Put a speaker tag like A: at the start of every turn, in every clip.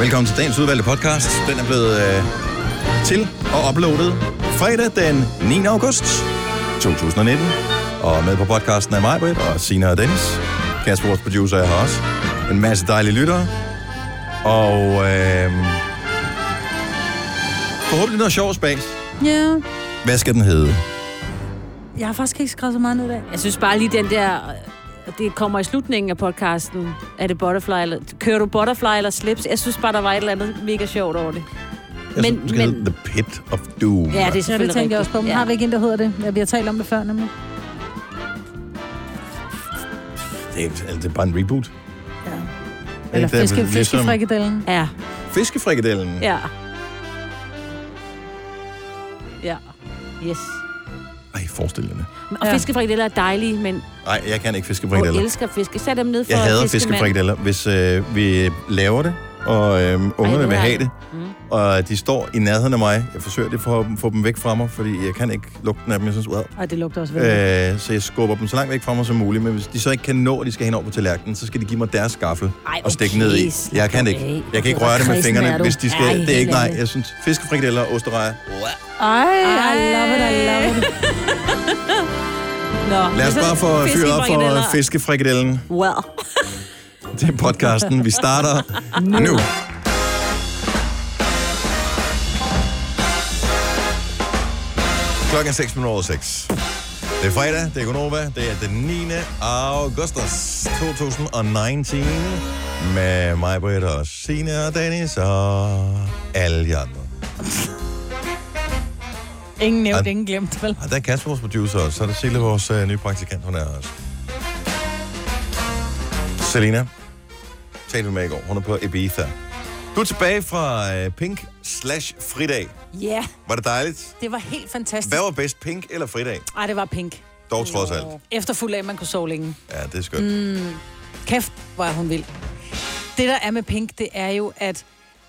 A: Velkommen til dagens udvalgte podcast. Den er blevet øh, til og uploadet fredag den 9. august 2019. Og med på podcasten er mig, Britt, og Sina og Dennis. Kasper, vores producer, er her også. En masse dejlige lyttere. Og øh, forhåbentlig noget sjovt spas.
B: Ja.
A: Hvad skal den hedde?
B: Jeg har faktisk ikke skrevet så meget ned i dag.
C: Jeg synes bare lige den der... øh, Det kommer i slutningen af podcasten. Er det butterfly eller... Kører du butterfly eller slips? Jeg synes bare, der var et eller andet mega sjovt over det.
A: Jeg
C: Men-
A: synes, den skal
C: men-
A: hedde The Pit of
C: Ja,
A: Doom.
C: det er selvfølgelig
B: Ja, det tænker jeg
C: rigtigt.
B: også på. Men ja.
C: Ja.
B: har vi ikke en, der hedder det? Ja, vi har talt om det før, nemlig.
A: Det er, altså, det er bare en reboot.
B: Ja.
A: Er
B: Eller
A: det ikke
B: fiske,
A: det, ligesom-
B: fiskefrikadellen.
C: Ja,
A: Fiskefrikadellen.
C: ja. Ja, yes.
A: Ej, forestil dig det.
C: Og
B: Ja.
C: fiskefrikadeller er dejlige, men
A: Nej, jeg kan
C: jeg
A: ikke fiskefrikadeller.
C: elsker fiske. Sæt dem ned for
A: Jeg hader
C: fiskemand.
A: fiskefrikadeller. Hvis øh, vi laver det, og øh, ungerne
C: det
A: vil
C: er
A: have
C: det.
A: det,
C: Mm.
A: og de står i nærheden af mig. Jeg forsøger det for at få dem væk fra mig, fordi jeg kan ikke lugte dem af dem. Jeg synes, wow.
B: Ej, det lugter også
C: Altså,
B: vel. Øh.
A: øh, så jeg skubber dem så langt væk fra mig som muligt. Men hvis de så ikke kan nå, at de skal hen over på tallerkenen, så skal de give mig deres skaffel
C: Ej,
A: og stikke
C: okay,
A: ned i.
C: slap
A: Jeg kan
C: nu
A: det ikke.
C: af.
A: Jeg kan ikke
C: Hvor
A: røre det med
C: kristen
A: fingrene,
C: er du?
A: hvis de skal.
C: Ej,
A: det er ikke
C: helt
A: nej.
C: ærligt.
A: Jeg synes, fiskefrikadeller og osterejer. Wow.
B: Ej, I love it, I love it.
C: Nå,
A: Lad os
C: men så
A: bare få fyret op for
C: fiskefrikadeller.
A: øh, fiskefrikadellen.
C: Well.
A: til podcasten. Vi starter nu. Klokken er 6 minutter over 6. Det er fredag, det er Gonova, det er den 9. augustus 2019 med mig, Britt og Signe og Dennis og alle de andre.
B: Ingen nævnt,
A: Ej.
B: ingen glemt, vel?
A: Og Ah, der er Kasper, vores producer, og så er der Sille, vores øh, nye praktikant, hun er her også. Selina, talte vi med i går. Hun er på Ibiza. Du er tilbage fra øh, Pink slash Fridag.
B: Ja,
A: Var det dejligt?
B: det var helt fantastisk.
A: Hvad var bedst, Pink eller Fridag?
B: Ej, det var pink.
A: Dog trods alt.
B: Efterfuld af, at man kunne sove længe.
A: Ja, det er skønt. Mm.
B: Kæft, hvor er hun vild. Det, der er med Pink, det er jo, at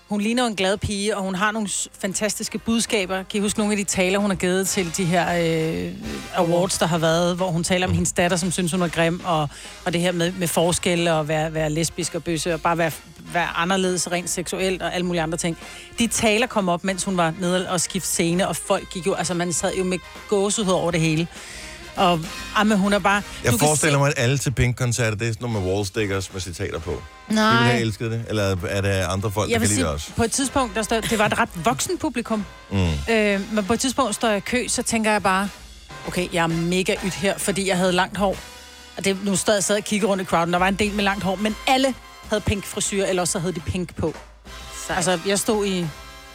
B: hun ligner jo en glad pige, og hun har nogle s- fantastiske budskaber. Kan I huske nogle af de taler, hun har givet til de her øh, awards, der har været, hvor hun taler om hendes datter, som synes, hun er grim, og, og det her med, med forskelle, og være, være lesbisk og bøsse, og bare være, være anderledes rent seksuelt, og alle mulige andre ting. De taler kom op, mens hun var nede og skifte scene, og folk gik jo, altså man sad jo med gåsehud over det hele. Og jamen, hun er bare...
A: Jeg
B: Mm. du kan
A: forestiller mig, at alle til Pink-koncerter, det er sådan noget med wallstickers med citater på.
B: se-
A: Nej. Du ville
B: Nej.
A: have elsket det, eller er der andre folk, der
B: jeg
A: kan
B: vil
A: lide
B: sige,
A: det også?
B: på et tidspunkt, der stod, det var et ret voksen publikum. Mm. Øh, men på et tidspunkt står jeg i kø, så tænker jeg bare, okay, jeg er mega ydt her, fordi jeg havde langt hår. Og det, nu stod jeg sad og kiggede rundt i crowden, der var en del med langt hår, men alle havde pink frisyr, eller også så havde de pink på.
C: Sejt.
B: Altså, jeg stod i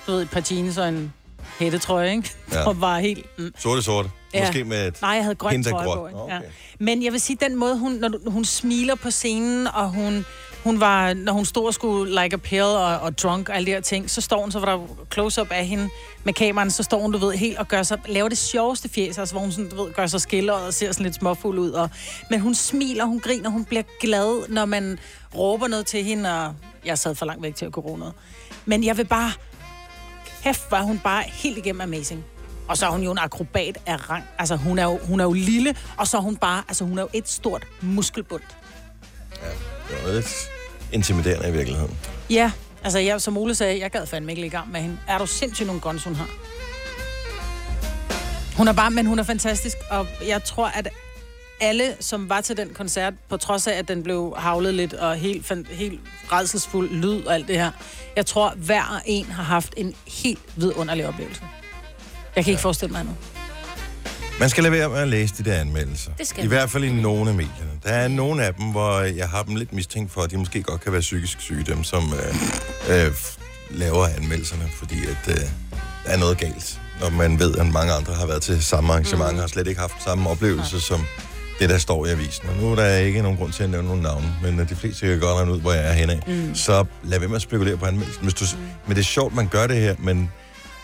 B: du ved, et par jeans og en hættetrøje, ikke?
A: Ja.
B: Ja. og var helt... Mm.
A: Sorte, sorte.
B: Ja.
A: Måske med et...
B: Nej, jeg havde grøn
A: Hende, der
B: trøje
A: grøn.
B: på. Ikke?
A: Okay.
B: Okay. Ja. Men jeg vil sige, den måde, hun, når du- hun smiler på scenen, og hun, hun var, når hun stod og skulle like a pill og, og drunk og alle de her ting, så står hun, så var der close-up af hende med kameraen, så står hun, du ved, helt og gør sig, laver det sjoveste fjes, altså hvor hun sådan, du ved, gør sig skiller og ser sådan lidt småfuld ud. Og, men hun smiler, hun griner, hun bliver glad, når man råber noget til hende, og jeg sad for langt væk til at kunne råbe noget. Men jeg vil bare, kæft, var hun bare helt igennem amazing. Og så er hun jo en akrobat af rang. Altså, hun er jo, hun er jo lille, og så er hun bare... Altså, hun er jo et stort muskelbund.
A: Det var lidt intimiderende i virkeligheden.
B: Ja, altså, jeg, som Ole sagde, jeg gad fandme ikke ligge i gang med hende. Er du sindssygt nogle guns, hun har? Hun er bare... Men hun er fantastisk, og jeg tror, at alle, som var til den koncert, på trods af, at den blev havlet lidt og helt, fandt, helt redselsfuld lyd og alt det her, jeg tror, hver og en har haft en helt vidunderlig oplevelse. Jeg kan ikke forestille mig andet.
A: Man skal lade være med at læse de der anmeldelser.
C: Det skal
A: I
C: man.
A: hvert fald i nogle af medierne. Der er nogle af dem, hvor jeg har dem lidt mistænkt for, at de måske godt kan være psykisk syge, dem som øh, øh, f- laver anmeldelserne, fordi at, øh, der er noget galt. Når man ved, at mange andre har været til samme arrangement, mm. har slet ikke haft samme oplevelse som det, der står i avisen. Og nu er der ikke nogen grund til at nævne nogle navne, men øh, de fleste kan godt regne ud, hvor jeg er henne af. Mm. Så lad være med at spekulere på anmeldelsen. Hvis du, s- Men det er sjovt, man gør det her, men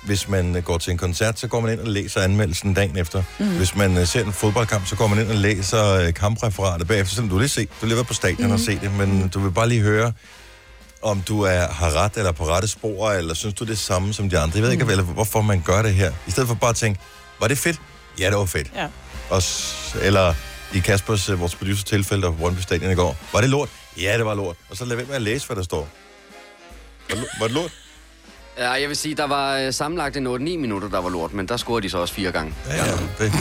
A: hvis man øh, går til en koncert, så går man ind og læser anmeldelsen dagen efter. Mm. Hvis man øh, ser en fodboldkamp, så går man ind og læser øh, kampreferatet bagefter, selvom du lige set. Du lever på stadion mm. og se det, men du vil bare lige høre, om du er, har ret eller på rette spor, eller synes du det er samme som de andre. Jeg ved mm. ikke, vel, hvorfor man gør det her. I stedet for bare at tænke, var det fedt? Ja, det var fedt.
B: Ja.
A: Og s- eller i Kaspers, øh, vores producer tilfælde, der var på Brøndby Stadion i går, var det lort? Ja, det var lort. Og så lad være med at læse, hvad der står. Var, det lo- var det lort?
D: Ja, jeg vil sige, der var øh, sammenlagt en 8-9 minutter, der var lort, men der scorede de så også fire gange.
A: Ja, ja. Det.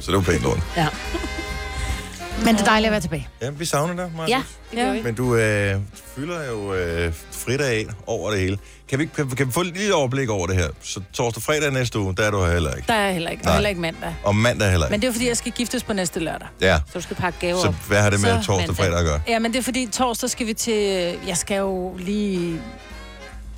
A: Så det var pænt lort.
C: Ja.
E: Men det er dejligt at være tilbage.
A: Ja, vi savner dig, Maja.
E: Ja, det gør vi.
A: Men du øh, fylder jo øh, fridag ind over det hele. Kan vi, ikke- kan, kan vi få et lille overblik over det her? Så torsdag fredag næste uge, der er du her heller ikke.
B: Der er jeg heller ikke. Og
A: Nej.
B: heller ikke mandag.
A: Og mandag heller ikke.
B: Men det er jo fordi, jeg skal giftes på næste lørdag.
A: Ja.
C: Så du skal pakke gaver
A: Så
C: op.
A: hvad har det med
C: Så
A: torsdag
C: mandag.
A: fredag at gøre?
B: Ja, men det er fordi, torsdag skal vi til... øh, Jeg skal jo lige...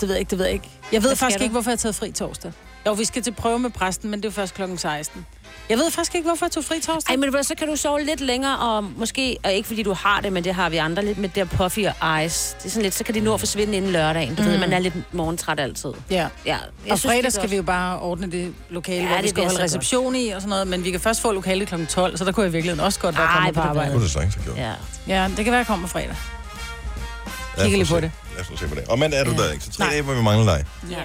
B: Det ved jeg ikke, det ved jeg ikke. Jeg ved
C: Hvad skal
B: faktisk
C: du?
B: ikke, hvorfor jeg har taget fri torsdag. Jo, vi skal til prøve med præsten, men det er jo først klokken 16. Jeg ved faktisk ikke, hvorfor jeg tog fri torsdag.
C: Ej, men ved du hvad, så kan du sove lidt længere, og måske, og ikke fordi du har det, men det har vi andre lidt med det der puffy og ice. Det er sådan lidt, så kan det nå at forsvinde inden lørdagen. Du mm. ved, man er lidt morgentræt altid.
B: Ja.
C: Ja,
B: Jeg og
C: synes, det er
B: fredag skal
C: godt.
B: vi jo bare ordne det lokale,
C: Ja,
B: ja, hvor
C: det
B: vi skal
C: bliver
B: holde
C: så
B: reception i og sådan noget, men vi kan først få lokalet kl. 12, så der kunne jeg i virkeligheden også godt være
C: Ej,
B: kommet på
C: ved du hvad.
A: Det
B: arbejde.
A: kunne du sagtens have gjort.
C: Ja.
B: Ja, det kan være, jeg kommer fredag.
A: Lad
B: Kigge
A: os nu
B: lige på
A: se.
B: det.
A: Lad os nu se på det. Og mandag er du
B: Ja.
A: der ikke, så tre
B: Nej.
A: dage, hvor vi mangler dig.
B: Ja.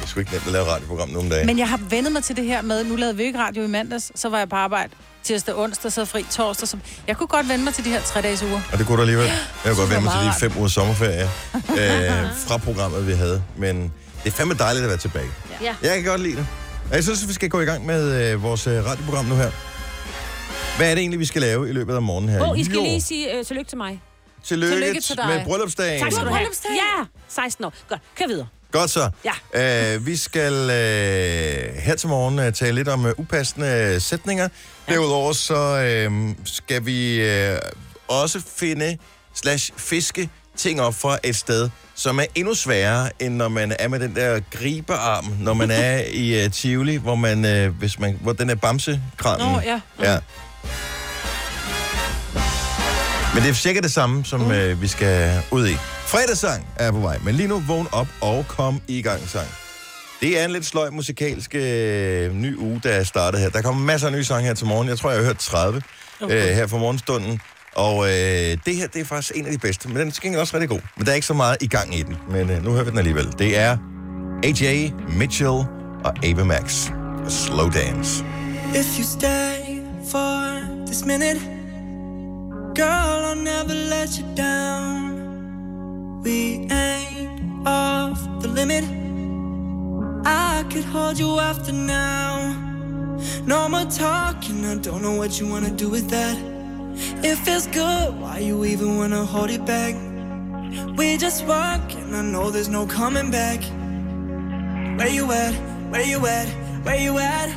A: Det er sgu ikke nemt at lave et radioprogram nogle dage.
B: Men jeg har vendet mig til det her med, nu lavede vi ikke radio i mandags, så var jeg på arbejde tirsdag, onsdag, så fri torsdag. Så jeg kunne godt vende mig til de her tre dages uger.
A: Og det kunne du alligevel. Jeg kunne godt vende mig til
B: meget
A: de fem ugers sommerferie øh, fra programmet, vi havde. Men det er fandme dejligt at være tilbage.
C: Ja.
A: Jeg kan godt lide det. Og Jeg synes, vi skal gå i gang med øh, vores øh, radioprogram nu her. Hvad er det egentlig, vi skal lave i løbet af morgenen her?
C: Åh, oh, I skal
A: Jo,
C: lige sige øh, tillykke til mig.
A: tillykke,
B: Tillykke til dig.
A: med bryllupsdagen.
C: Tak skal du have.
B: bryllupsdag.
C: Ja, 16 år. Godt, kør videre.
A: Godt så. Ja. Øh, vi skal øh, her til morgen øh, tale lidt om øh, upassende øh, sætninger. Ja. Derudover så øh, skal vi øh, også finde slash fiske ting op fra et sted, som er endnu sværere, end når man er med den der gribearm, når man er i øh, Tivoli, hvor, man, øh, hvis man, hvor den er bamsekranen.
B: Nå, ja.
A: ja. Men det er cirka det samme, som mm. øh, vi skal ud i. Fredagssang er på vej, men lige nu vågn op og kom i gang sang. Det er en lidt sløj musikalsk øh, ny uge, der er startet her. Der kommer masser af nye sange her til morgen. Jeg tror, jeg har hørt 30 okay. øh, her for morgenstunden. Og øh, det her, det er faktisk en af de bedste. Men den er til gengæld også rigtig god. Men der er ikke så meget i gang i den. Men øh, nu hører vi den alligevel. Det er AJ, Mitchell og Ava Max. Slow Dance.
F: If you stay for this minute, girl, I'll never let you down. We ain't off the limit. I could hold you after now. No more talking, I don't know what you wanna do with that. It feels good, why you even wanna hold it back? We just walk, and I know there's no coming back. Where you at? Where you at? Where you at?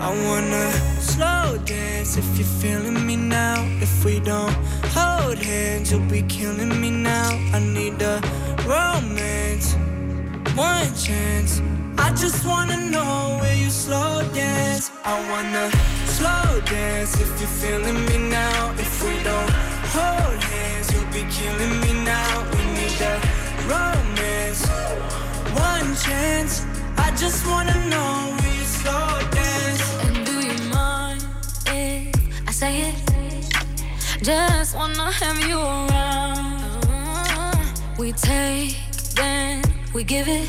F: I wanna slow dance if you're feeling me now. If we don't hold hands, you'll be killing me now. I need a romance, one chance. I just wanna know will you slow dance? I wanna slow dance if you're feeling me now. If we don't hold hands, you'll be killing me now. We need a romance one chance. I just wanna know will you slow dance?
G: And do you mind if I say it? Just wanna have you around. We take, then we give it.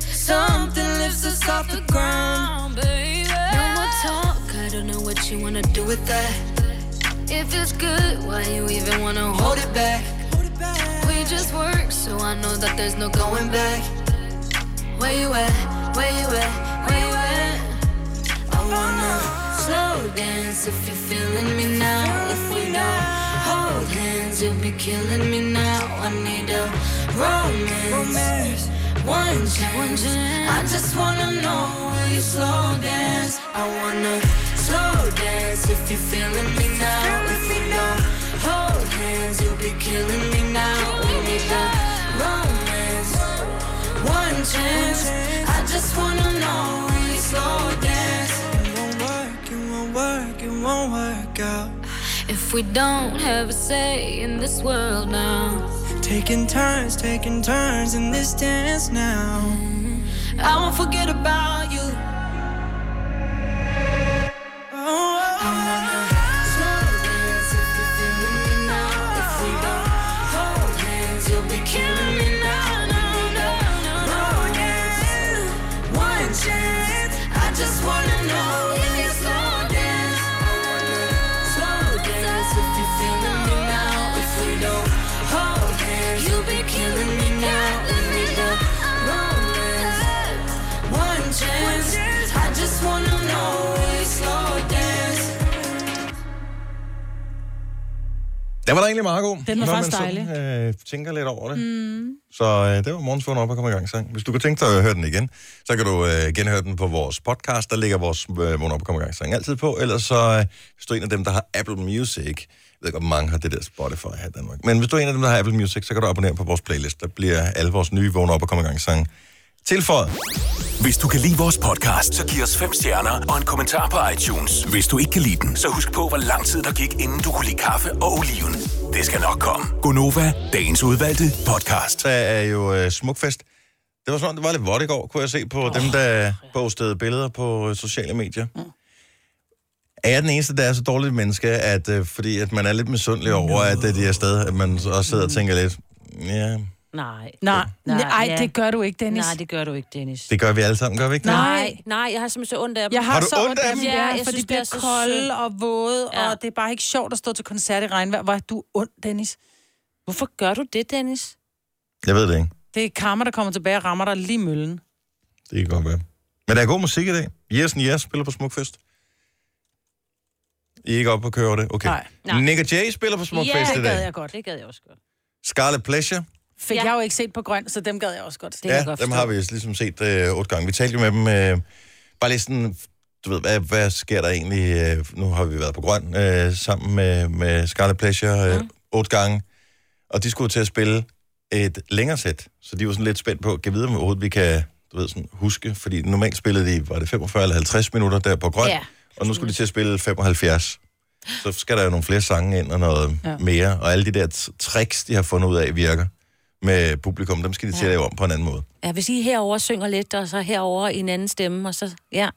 F: Something lifts us off the ground.
G: baby. No more talk, I don't know what you wanna do with that. If it's good, why you even wanna hold
F: Hold it back, hold it back,
G: it? We just work, so I know that there's no
F: going
G: going back.
F: back.
G: Where you at? Where you at? Where you at?
F: I wanna.
G: Slow dance if you're feeling me now. If we don't hold hands, you'll be killing me now. I need a romance.
F: Romance.
G: One chance. I just wanna know will you slow dance? I wanna slow dance if you're feeling me now. If we don't hold hands, you'll be killing me now. We need a romance. One chance. I just wanna know will you slow dance?
F: It won't work, it won't work, it won't work out.
G: If we don't have a say in this world now,
F: Taking turns, taking turns in this dance now.
G: I won't forget about you.
F: Oh, oh, oh.
G: Slow dance if you're feeling me now. If we don't hold hands, you'll be killing me now. No, no, no, no.
F: Oh,
G: Romance, one chance. I just wanna know if you slow dance. I wanna slow dance if you're feeling me now. If we don't hold hands, you'll be
A: Den var da egentlig meget god.
B: Den var
A: når
B: faktisk
A: man Sådan, øh, tænker lidt over det. Mm. Så øh, det var morgens vågen op og komme i gang sang. Hvis du kunne tænke dig at høre den igen, så kan du øh, genhøre den på vores podcast. Der ligger vores øh, vågen op og komme i gang sang altid på. Ellers så, øh, hvis du er en af dem, der har Apple Music, jeg ved ikke, om mange har det der Spotify her i Danmark. Men hvis du er en af dem, der har Apple Music, så kan du abonnere på vores playlist. Der bliver alle vores nye vågen op og komme i gang sang tilføjet.
H: Hvis du kan lide vores podcast, så giv os fem stjerner og en kommentar på iTunes. Hvis du ikke kan lide den, så husk på, hvor lang tid der gik, inden du kunne lide kaffe og oliven. Det skal nok komme. Gonova, dagens udvalgte podcast.
A: Der er jo øh, smukfest. Det var sådan, det var lidt vådt i går, kunne jeg se på oh, dem, der postede billeder på øh, sociale medier. Mm. Er jeg den eneste, der er så dårligt menneske, at øh, fordi at man er lidt misundelig over, at øh, de er afsted, at man også sidder og tænker lidt, ja,
C: Nej.
B: Nej, nej,
C: Nej,
B: nej
C: ja.
B: det gør du ikke, Dennis.
C: Nej, det gør du ikke, Dennis.
A: det gør vi alle sammen, gør vi ikke det?
C: Nej, nej, jeg har simpelthen så ondt af dem.
B: Jeg har,
A: Har du
B: så
A: ondt af dem?
B: dem,
C: Ja,
B: ja,
C: jeg
B: for
C: synes, det
B: de
C: er
B: bliver
C: så synd.
B: kolde og våde,
C: Ja.
B: ja. og det er bare ikke sjovt at stå til koncert i regnvejr. Hvor er du ond, Dennis?
C: Hvorfor gør du det, Dennis?
A: Jeg ved det ikke.
B: Det er karma, der kommer tilbage og rammer dig lige i møllen.
A: Det kan godt være. Men der er god musik i dag. Yes and Yes spiller på smukfest. I er ikke oppe og køre over det? Okay.
B: Nej.
C: Nej.
A: Nick og Jay spiller på smukfest i
B: det gad
A: dag.
B: jeg godt.
C: Det gad jeg også godt.
A: Scarlet Pleasure.
B: Fik
C: Ja.
B: ja. jeg jo ikke set på grøn, så dem gad jeg også godt. Det.
C: kan jeg
A: Ja,
C: godt
A: dem
C: forstå.
A: har vi jo ligesom set øh, otte gange. Vi talte jo med dem, øh, bare lige sådan, du ved, hvad, hvad sker der egentlig? Øh, nu har vi været på Grøn øh, sammen med, med Scarlet Pleasure øh, mm. otte gange, og de skulle til at spille et længere sæt, så de var sådan lidt spændt på, kan vide, om overhovedet vi kan du ved, sådan, huske, fordi normalt spillede de, var det 45 eller 50 minutter der på Grøn,
C: Ja.
A: ja. og nu skulle de til at spille 75. Så skal der jo nogle flere sange ind og noget ja. mere, og alle de der t- tricks, de har fundet ud af, virker med publikum, dem skal de til at lave om på en anden måde.
C: Ja, hvis I herover synger lidt, og så herover i en anden stemme, og så, ja. Og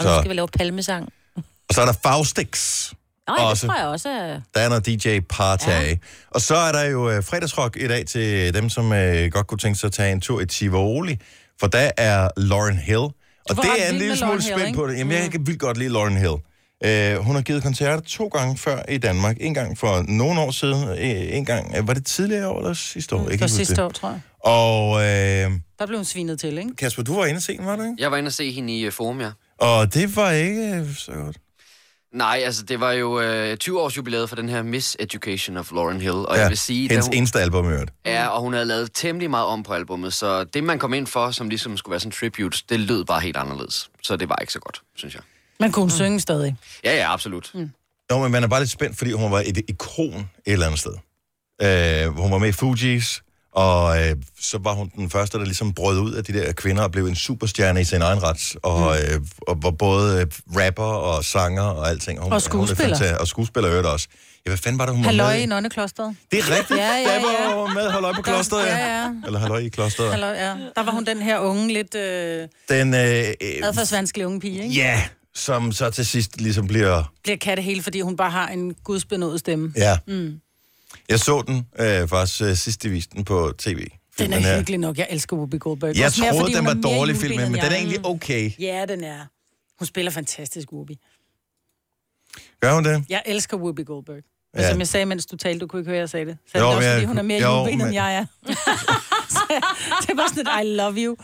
C: så,
A: Så-
C: så skal vi lave palmesang.
A: Og så er der Faustix.
C: Nej, det
A: Også.
C: tror jeg også er...
A: Der er noget DJ Partag. Ja. Og så er der jo øh, fredagsrock i dag til dem, som øh, godt kunne tænke sig at tage en tur i Tivoli. For der er Lauren Hill. Og
B: var
A: det
B: ret
A: er en
B: vild
A: lille
B: med
A: smule
B: Lauryn Hill,
A: spændt
B: ikke?
A: på det. Jamen, jeg kan vildt godt lide Lauren Hill. Øh, hun har givet koncerter to gange før i Danmark. En gang for nogle år siden. Øh, en gang, øh, var det tidligere år eller sidste år? Jeg kan
B: For
A: ikke huske
B: sidste
A: det.
B: år, tror jeg.
A: Og øh,
B: Der blev hun svinet til, ikke?
A: Kasper, du var inde og se den, var du ikke?
D: Jeg var inde og se hende i øh, Forum, ja.
A: Og det var ikke øh, så godt.
D: Nej, altså det var jo øh, 20-års jubilæet for den her Miss Education of Lauren Hill, og
A: Ja,
D: jeg vil sige... da
A: hendes
D: hun-
A: eneste album, i øvrigt.
D: Ja, og hun havde lavet temmelig meget om på albummet, så det, man kom ind for, som ligesom skulle være sådan tribute, det lød bare helt anderledes. Så det var ikke så godt, synes jeg.
B: Men kunne hun
C: Mm.
B: synge stadig?
D: Ja, ja, absolut. Mm.
A: Nå, men man er bare lidt spændt, fordi hun var et ikon et eller andet sted. Øh, hun var med i Fugees, og øh, så var hun den første, der ligesom brød ud af de der kvinder og blev en superstjerne i sin egen ret. Og, mm. øh, og var både øh, rapper og sanger og alting. Hun,
B: Og
A: hun er
B: skuespiller.
A: fanta- og skuespiller i øvrigt også. Ja, hvad fanden var det, hun var
B: Halløj
A: med
B: i
A: i?
B: nonneklosteret.
A: Det er rigtigt.
B: Ja, ja,
A: Der var
B: ja.
A: hun med Halløj på klosteret,
B: Ja, ja.
A: Eller Halløj i klosteret.
B: Halløj, ja. Der var hun den her unge, lidt øh,
A: Den, øh, øh,
B: adfærdsvanskelig unge pige, ikke?
A: ja, som så til sidst ligesom bliver
B: Bliver katte hele, fordi hun bare har en gudsbenået stemme.
A: Ja. Mm. Jeg så den øh, faktisk øh, sidst, de viste den på tv.
B: Den er
A: filmen her.
B: hyggelig nok. Jeg elsker Whoopi Goldberg.
A: Jeg
B: Også mere,
A: troede,
B: fordi
A: den
B: hun
A: var
B: er mere
A: dårlig
B: juleben,
A: filmen,
B: end
A: men
B: jeg
A: den er egentlig okay.
B: Ja, den er. Hun spiller fantastisk, Whoopi.
A: Gør hun det?
B: Jeg elsker Whoopi Goldberg. Men
A: Ja.
B: som jeg sagde, mens du talte, du kunne ikke høre, jeg sagde det. Så
A: Jo,
B: jo, det er også,
A: men jeg-
B: fordi hun er mere
A: jo,
B: juleben,
A: men-
B: end jeg er. Så det var sådan et, I love you.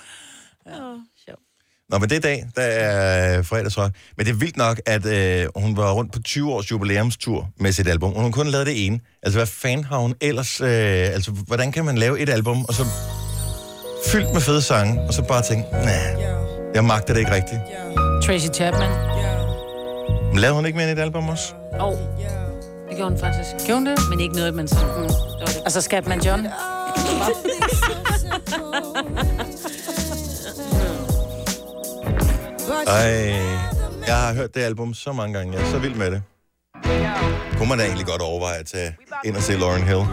A: Nå, men det er dag, der er øh, fredagsrock. Men det er vildt nok, at øh, hun var rundt på 20 års jubilæumstur med sit album, og hun kun lavede det ene. Altså, hvad fanden har hun ellers... Øh, altså, hvordan kan man lave et album, og så fyldt med fede sange, og så bare tænke, nej, jeg magter det ikke rigtigt.
B: Tracy Chapman.
A: Men lavede hun ikke mere end et album også?
C: Åh, oh, det gjorde hun faktisk.
B: Gjorde hun det?
C: Men ikke noget, man sådan... Mm. det var det.
B: Altså Scatman John.
A: Ej, jeg har hørt det album så mange gange. Jeg er så vild med det. Kunne man da egentlig godt overveje at tage ind og se Lauren Hill?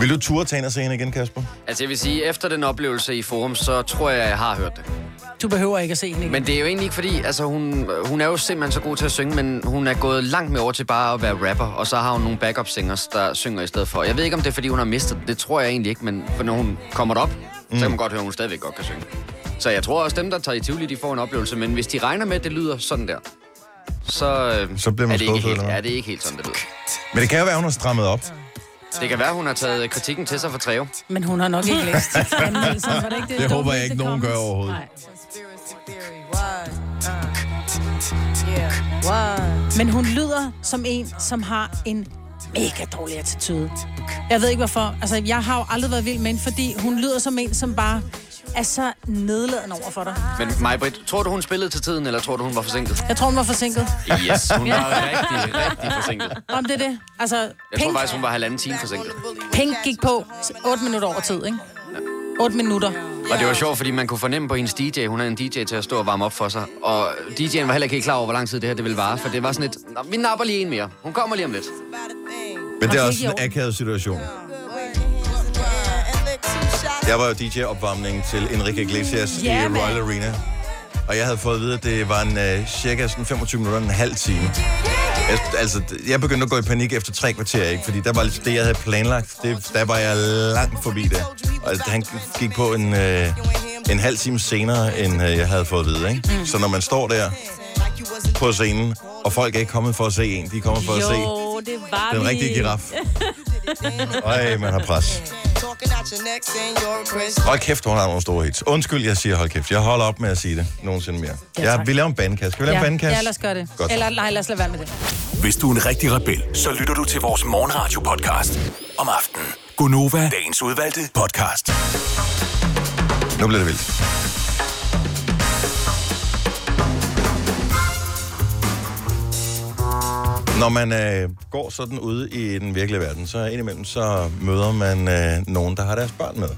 A: Vil du turde tage ind og se hende igen, Kasper?
D: Altså jeg vil sige, efter den oplevelse i Forum, så tror jeg, jeg har hørt det.
B: Du behøver ikke at se hende.
D: Men det er jo egentlig ikke fordi, altså hun, hun er jo simpelthen så god til at synge, men hun er gået langt med over til bare at være rapper, og så har hun nogle backup singers, der synger i stedet for. Jeg ved ikke, om det er fordi, hun har mistet det. Det tror jeg egentlig ikke, men for når hun kommer derop, mm. så kan man godt høre, at hun stadigvæk godt kan synge. Så jeg tror også, dem, der tager i Tivoli, de får en oplevelse, men hvis de regner med, at det lyder sådan der, så, øh,
A: Så bliver man
D: er, det ikke
A: skuffet,
D: helt,
A: eller hvad?
D: er det ikke helt sådan, det lyder.
A: Men det kan jo være, hun har strammet op.
D: Det kan være, hun har taget øh, kritikken til sig for Treo.
B: Men hun har nok ikke læst. anmeldelsen, var det ikke
A: Det håber jeg
B: Dårligste
A: ikke, nogen gør
B: comments?
A: overhovedet.
B: Nej.
E: Conspiracy theory, why? Uh, yeah, why?
B: Men hun lyder som en, som har en mega dårlig attitude. Jeg ved ikke hvorfor. Altså, jeg har jo aldrig været vild med hende, fordi hun lyder som en, som bare er så nedladende over for dig.
D: Men Majbrit, tror du, hun spillede til tiden, eller tror du, hun var forsinket?
B: Jeg tror, hun var forsinket.
D: Yes, hun var rigtig, rigtig forsinket.
B: Om det er det. Altså,
D: Jeg tror
B: Pink,
D: faktisk, hun var halvanden time forsinket.
B: Pink gik på 8 minutter over tid, ikke? 8 minutter.
D: Og det var sjovt, fordi man kunne fornemme på hendes DJ, hun havde en DJ til at stå og varme op for sig. Og DJ'en var heller ikke helt klar over, hvor lang tid det her det ville vare, for det var sådan et, "Nå, vi napper lige en mere. Hun kommer lige om lidt.
A: Men det er
B: Og
A: også
B: det er ikke i orden.
A: en akavet situation.
E: And look too shy.
A: Jeg var jo DJ-opvarmning til Enrique Iglesias
B: Ja,
A: i
B: mand.
A: Royal Arena. Og jeg havde fået at vide, at det var en øh, cirka sådan 25 minutter, en halv time. Jeg, altså, jeg begyndte at gå i panik efter tre kvarter, ikke? Fordi der var lidt det, jeg havde planlagt. Det, der var jeg langt forbi det. Og altså, han gik på en, øh, en halv time senere, end øh, jeg havde fået at vide, ikke?
B: Mm.
A: Så når man står der på scenen, og folk er ikke kommet for at se en, de er kommet for at se
C: Jo, det var
A: den
C: vi.
A: rigtige giraf. Øj, man har pres.
E: Talking out your neck, saying you're a Chris.
A: Hold kæft, hun har nogle store hits. Undskyld, jeg siger hold kæft. Jeg holder op med at sige det nogensinde mere.
B: Ja,
A: Ja,
B: tak.
A: vi laver en bandkasse. Skal vi lave
B: Ja,
A: en bandkasse?
B: ja, lad os gøre det.
A: Godt.
B: Eller nej, lad os lade være med det.
H: Hvis du er en rigtig rebel, så lytter du til vores morgenradio-podcast om aftenen. Gunova, dagens udvalgte podcast.
A: Nu bliver det vildt. Når man øh, går sådan ude i den virkelige verden, så indimellem så møder man øh, nogen, der har deres børn med.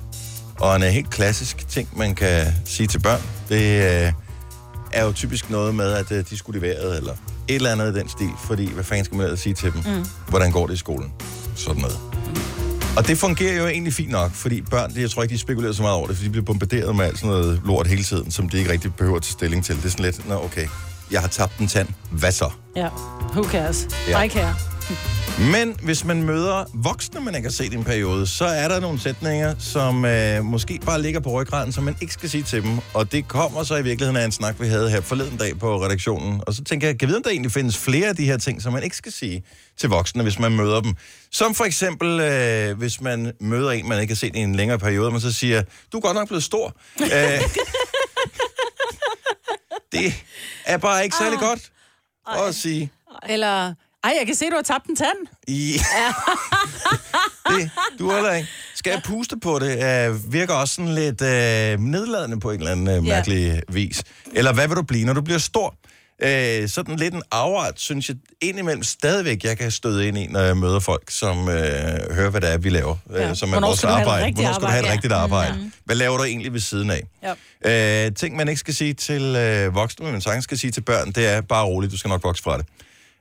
A: Og en øh, helt klassisk ting, man kan sige til børn, det øh, er jo typisk noget med, at øh, de skulle i vejret, eller et eller andet i den stil, fordi hvad fanden skal man ellers sige til dem? Mm. Hvordan går det i skolen? Sådan noget. Og det fungerer jo egentlig fint nok, fordi børn, de- jeg tror ikke, de spekulerer så meget over det, fordi de bliver bombarderet med alt sådan noget lort hele tiden, som de ikke rigtig behøver at tage stilling til. Det er sådan lidt, nå okay, jeg har tabt en tand, hvad så?
B: Ja. Who cares?
A: Ja.
B: Ja. I care.
A: Men hvis man møder voksne, man ikke har set i en periode, så er der nogle sætninger, som øh, måske bare ligger på ryggraden, som man ikke skal sige til dem. Og det kommer så i virkeligheden af en snak, vi havde her forleden dag på redaktionen. Og så tænker jeg, kan jeg vide, om der egentlig findes flere af de her ting, som man ikke skal sige til voksne, hvis man møder dem. Som for eksempel, øh, hvis man møder en, man ikke har set i en længere periode, og man så siger, du er godt nok blevet stor. Øh, det er bare ikke særlig godt at sige.
B: Eller, ej, jeg kan se, du har tabt en tand.
A: Ja. det, du heller ikke. Skal jeg puste på det? Øh, virker også sådan lidt øh, nedladende på en eller anden øh,
B: Ja.
A: mærkelig vis. Eller hvad vil du blive, når du bliver stor? Øh, sådan lidt en afart, synes jeg indimellem stadigvæk, jeg kan støde ind i, når jeg møder folk, som øh, hører, hvad det er, vi laver. Ja. Øh, som er
B: Hvornår
A: vores
B: skal du have et
A: arbejde.
B: rigtigt
A: Hvornår skal du have
B: arbejde?
A: et
B: Mm.
A: rigtigt arbejde? Mm-hmm. Hvad laver du egentlig ved siden af? Øh, ting, man ikke skal sige til øh, voksne, men man sagtens skal sige til børn, det er bare roligt, du skal nok vokse fra det.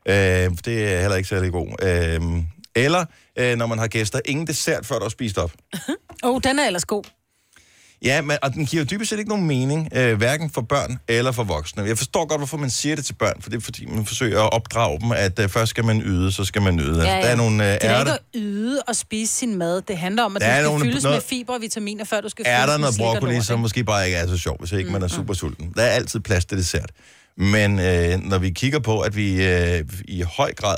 A: Øh, det er heller ikke særlig god. Øh, eller, øh, når man har gæster, ingen dessert, før du har spist op.
B: Åh, oh, den er ellers god.
A: Ja, men, og den giver jo dybest set ikke nogen mening, øh, hverken for børn eller for voksne. Jeg forstår godt, hvorfor man siger det til børn, for det er fordi, man forsøger at opdrage dem, at øh, først skal man yde, så skal man nyde. Altså, ja, ja.
C: ja.
A: Der er nogle
B: Det
A: øh,
B: er da ikke
A: ærter,
B: at yde og spise sin mad. Det handler om, at
A: Der er
B: du skal
A: nogle-
B: fyldes
A: noget-
B: med fiber og vitaminer, før du skal fyldes
A: er der
B: med
A: noget
B: slik og
A: broccoli,
B: lort,
A: som
B: ikke? Mm.
A: måske bare ikke er så sjov, hvis ikke man er super sulten. Der er altid plads til dessert. Men øh, når vi kigger på, at vi øh, i høj grad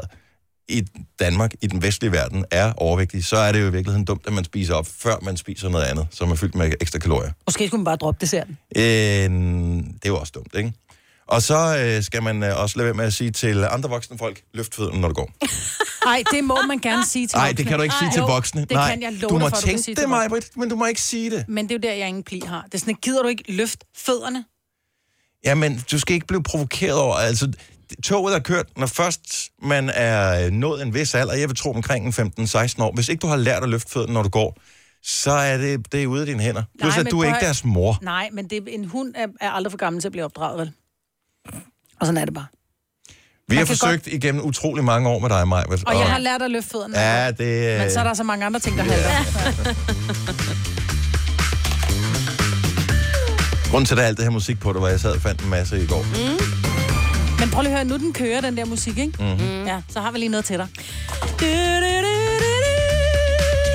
A: i Danmark, i den vestlige verden, er overvægtige, så er det jo i virkeligheden dumt, at man spiser op, før man spiser noget andet, som er fyldt med ekstra kalorier.
B: Måske skulle man bare droppe desserten.
A: Øh, det er jo også dumt, ikke? Og så øh, skal man øh, også lade være med at sige til andre voksne folk, løft fødderne, når du går.
B: Nej, det må man gerne sige til
A: Nej,
B: voksne.
A: det kan du ikke sige
B: Ej,
A: til
B: jo,
A: voksne.
B: Det
A: Nej,
B: kan jeg love
A: du
B: dig
A: må
B: for, at du kan
A: tænke
B: sige
A: det,
B: til voksne.
A: mig, men du må ikke sige det.
B: Men det er jo der, jeg ingen pli har. Det er sådan, gider du ikke løft fødderne?
A: Jamen, du skal ikke blive provokeret over, altså, toget er kørt, når først man er øh, nået en vis alder, jeg vil tro omkring en 15-16 år, hvis ikke du har lært at løfte fødderne, når du går, så er det, det er ude af dine hænder. Plus, at
B: men
A: du er
B: prøv
A: ikke
B: at-
A: deres mor.
B: Nej, men det, en hund er, er aldrig for gammel til at blive opdraget, vel? Og sådan er det bare.
A: Vi har
B: kan
A: forsøgt godt... igennem utrolig mange år med dig, Maja.
B: Og jeg har lært at løfte fødderne.
A: Ja, det... øh,
B: Men så er der så mange andre ting, der halter.
A: Grunden til, at der er alt det her musik på, det var, at jeg sad og fandt en masse i går. Mm.
B: Men prøv lige at høre, nu den kører, den der musik, ikke? Mm-hmm. Ja, så har vi lige noget til dig.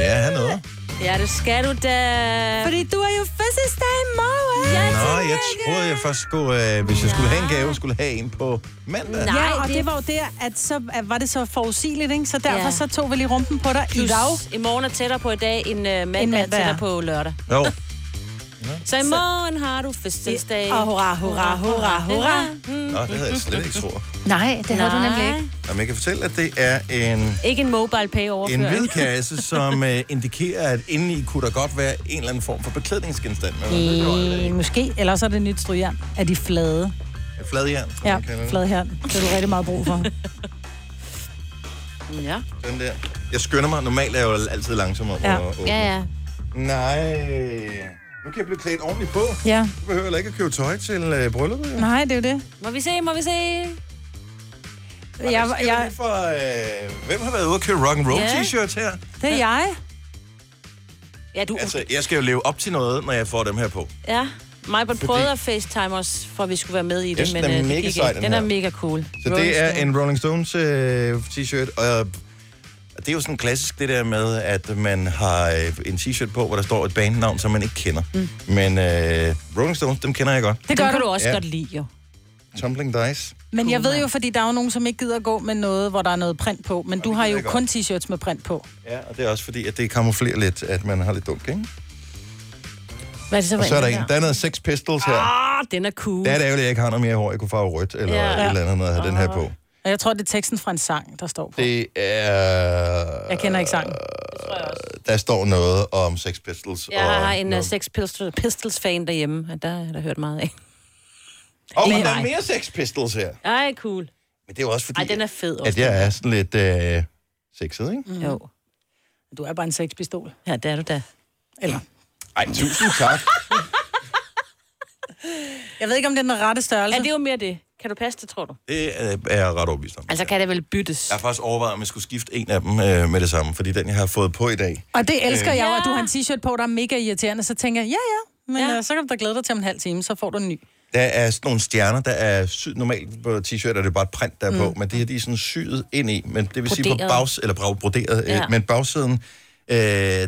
A: Ja, han noget.
C: Ja, det skal du da.
B: Fordi du er jo fødselsdag i morgen.
C: Ja,
A: Nå, jeg troede, jeg først skulle, øh, hvis jeg skulle have en gave, skulle have en på mandag.
C: Nej.
B: Ja, og
C: det-
B: det var jo der, at så at var det så forudsigeligt, ikke? Så derfor
C: Ja.
B: så tog vi lige rumpen på dig i dag.
C: Plus, i morgen er tættere på i dag, end øh, mandag,
B: mandag
C: er
B: er.
C: tættere på lørdag.
A: Jo.
C: Så i morgen har du fødselsdag.
B: Og Ah, hurra, hurra, hurra, hurra.
A: Nå, det havde jeg slet ikke troet.
B: Nej, det havde du nemlig ikke.
A: Jamen, jeg kan fortælle, at det er en...
C: Ikke en mobile pay
A: En
C: overføring.
A: hvid kasse, som øh, indikerer, at indeni kunne der godt være en eller anden form for beklædningsgenstand. Men det er jo aldrig
B: Øh, måske. Eller så er det nyt strygejern. Er de flade?
A: et fladjern, som
B: Ja,
A: man kalder det.
B: fladjern. Det er du rigtig meget brug for.
C: Ja.
A: Den der. Jeg skynder mig. Normalt er jeg jo altid langsom om
B: Ja.
A: at åbne.
C: ja, ja.
A: Nej. Nu kan jeg blive klædt ordentligt på.
B: Ja.
A: Du behøver heller ikke at købe tøj til øh, brylluppet. jo.
B: Nej, det er jo det.
C: Må vi se, må vi se.
B: Jeg,
A: Skal vi lige
B: jeg,
A: For, øh, hvem har været ude og købe rock and roll
C: Ja.
A: t-shirts her?
B: det er jeg.
C: Ja, du...
A: Altså, jeg skal jo leve op til noget, når jeg får dem her på.
C: Ja. Majbert prøvede at facetime os, for at vi skulle være med i det,
A: Jeg synes,
C: men
A: den er
C: øh, det
A: mega
C: gik
A: sej,
C: ikke.
A: den
C: Den er
A: her.
C: mega cool.
A: Så
C: Rolling
A: det er
C: Stone.
A: en Rolling Stones øh, t-shirt, og og det er jo sådan klassisk det der med, at man har øh, en t-shirt på, hvor der står et bandnavn, som man ikke kender. Mm. Men øh, Rolling Stones, dem kender jeg godt.
C: Det gør kan du også
A: Ja.
C: godt lide, jo.
A: Tumbling Dice.
B: Men jeg ved jo, fordi der er jo nogen, som ikke gider gå med noget, hvor der er noget print på. Men du har
A: gider
B: jo
A: jeg godt.
B: kun t-shirts med print på.
A: Ja, og det er også fordi, at det kamuflerer lidt, at man har lidt dunk, ikke?
C: Hvad er det så,
A: Og så er der en, der er noget Sex Pistols her.
C: Ah, den er cool.
A: Det er det ærgerligt, at jeg ikke har noget mere hår. Jeg kunne farve rødt eller
C: Ja. Ah.
A: ja. et eller andet, når jeg havde den her på.
B: Og jeg tror, det er teksten fra en sang, der står på.
A: Det er...
B: Jeg kender ikke sangen.
A: Øh, Der står noget om Sex Pistols.
C: Jeg har
A: og
C: en uh, Sex Pistols, Pistols-fan derhjemme, og der har jeg hørt meget af.
A: Og men der er
C: Nej.
A: mere Sex Pistols her.
C: Ej, cool.
A: Men det er jo også fordi,
C: Ej, den er fed også.
A: at jeg er sådan lidt øh, sexet, ikke?
C: Mm. Jo.
B: Du er bare en sexpistol.
C: Ja, det er du da.
B: Eller...
A: Ej, tusind tak.
B: Jeg ved ikke, om det er den rette størrelse.
C: Ja, det er jo mere det. Kan du passe det, tror du?
A: Det øh, er jeg ret overbevist om.
C: Altså, kan det vel byttes?
A: Jeg har faktisk overvejet, om jeg skulle skifte en af dem øh, med det samme, fordi den, jeg har fået på i dag, øh,
B: Og det elsker jeg jo, at du
C: Ja.
B: har en t-shirt på, der er mega irriterende. Så tænker jeg, ja, ja, men
C: Ja.
B: ja. Øh, så kan du da glæde dig til om en halv time, så får du en ny.
A: der er sådan nogle stjerner, der er syet normalt på t-shirt, er det bare et print, der er på, men det her, de er sådan syet ind i, men det vil sige på
C: Mm. Broderet.
A: bags, eller brav, broderet,
C: Ja.
A: øh, men bagsiden, øh,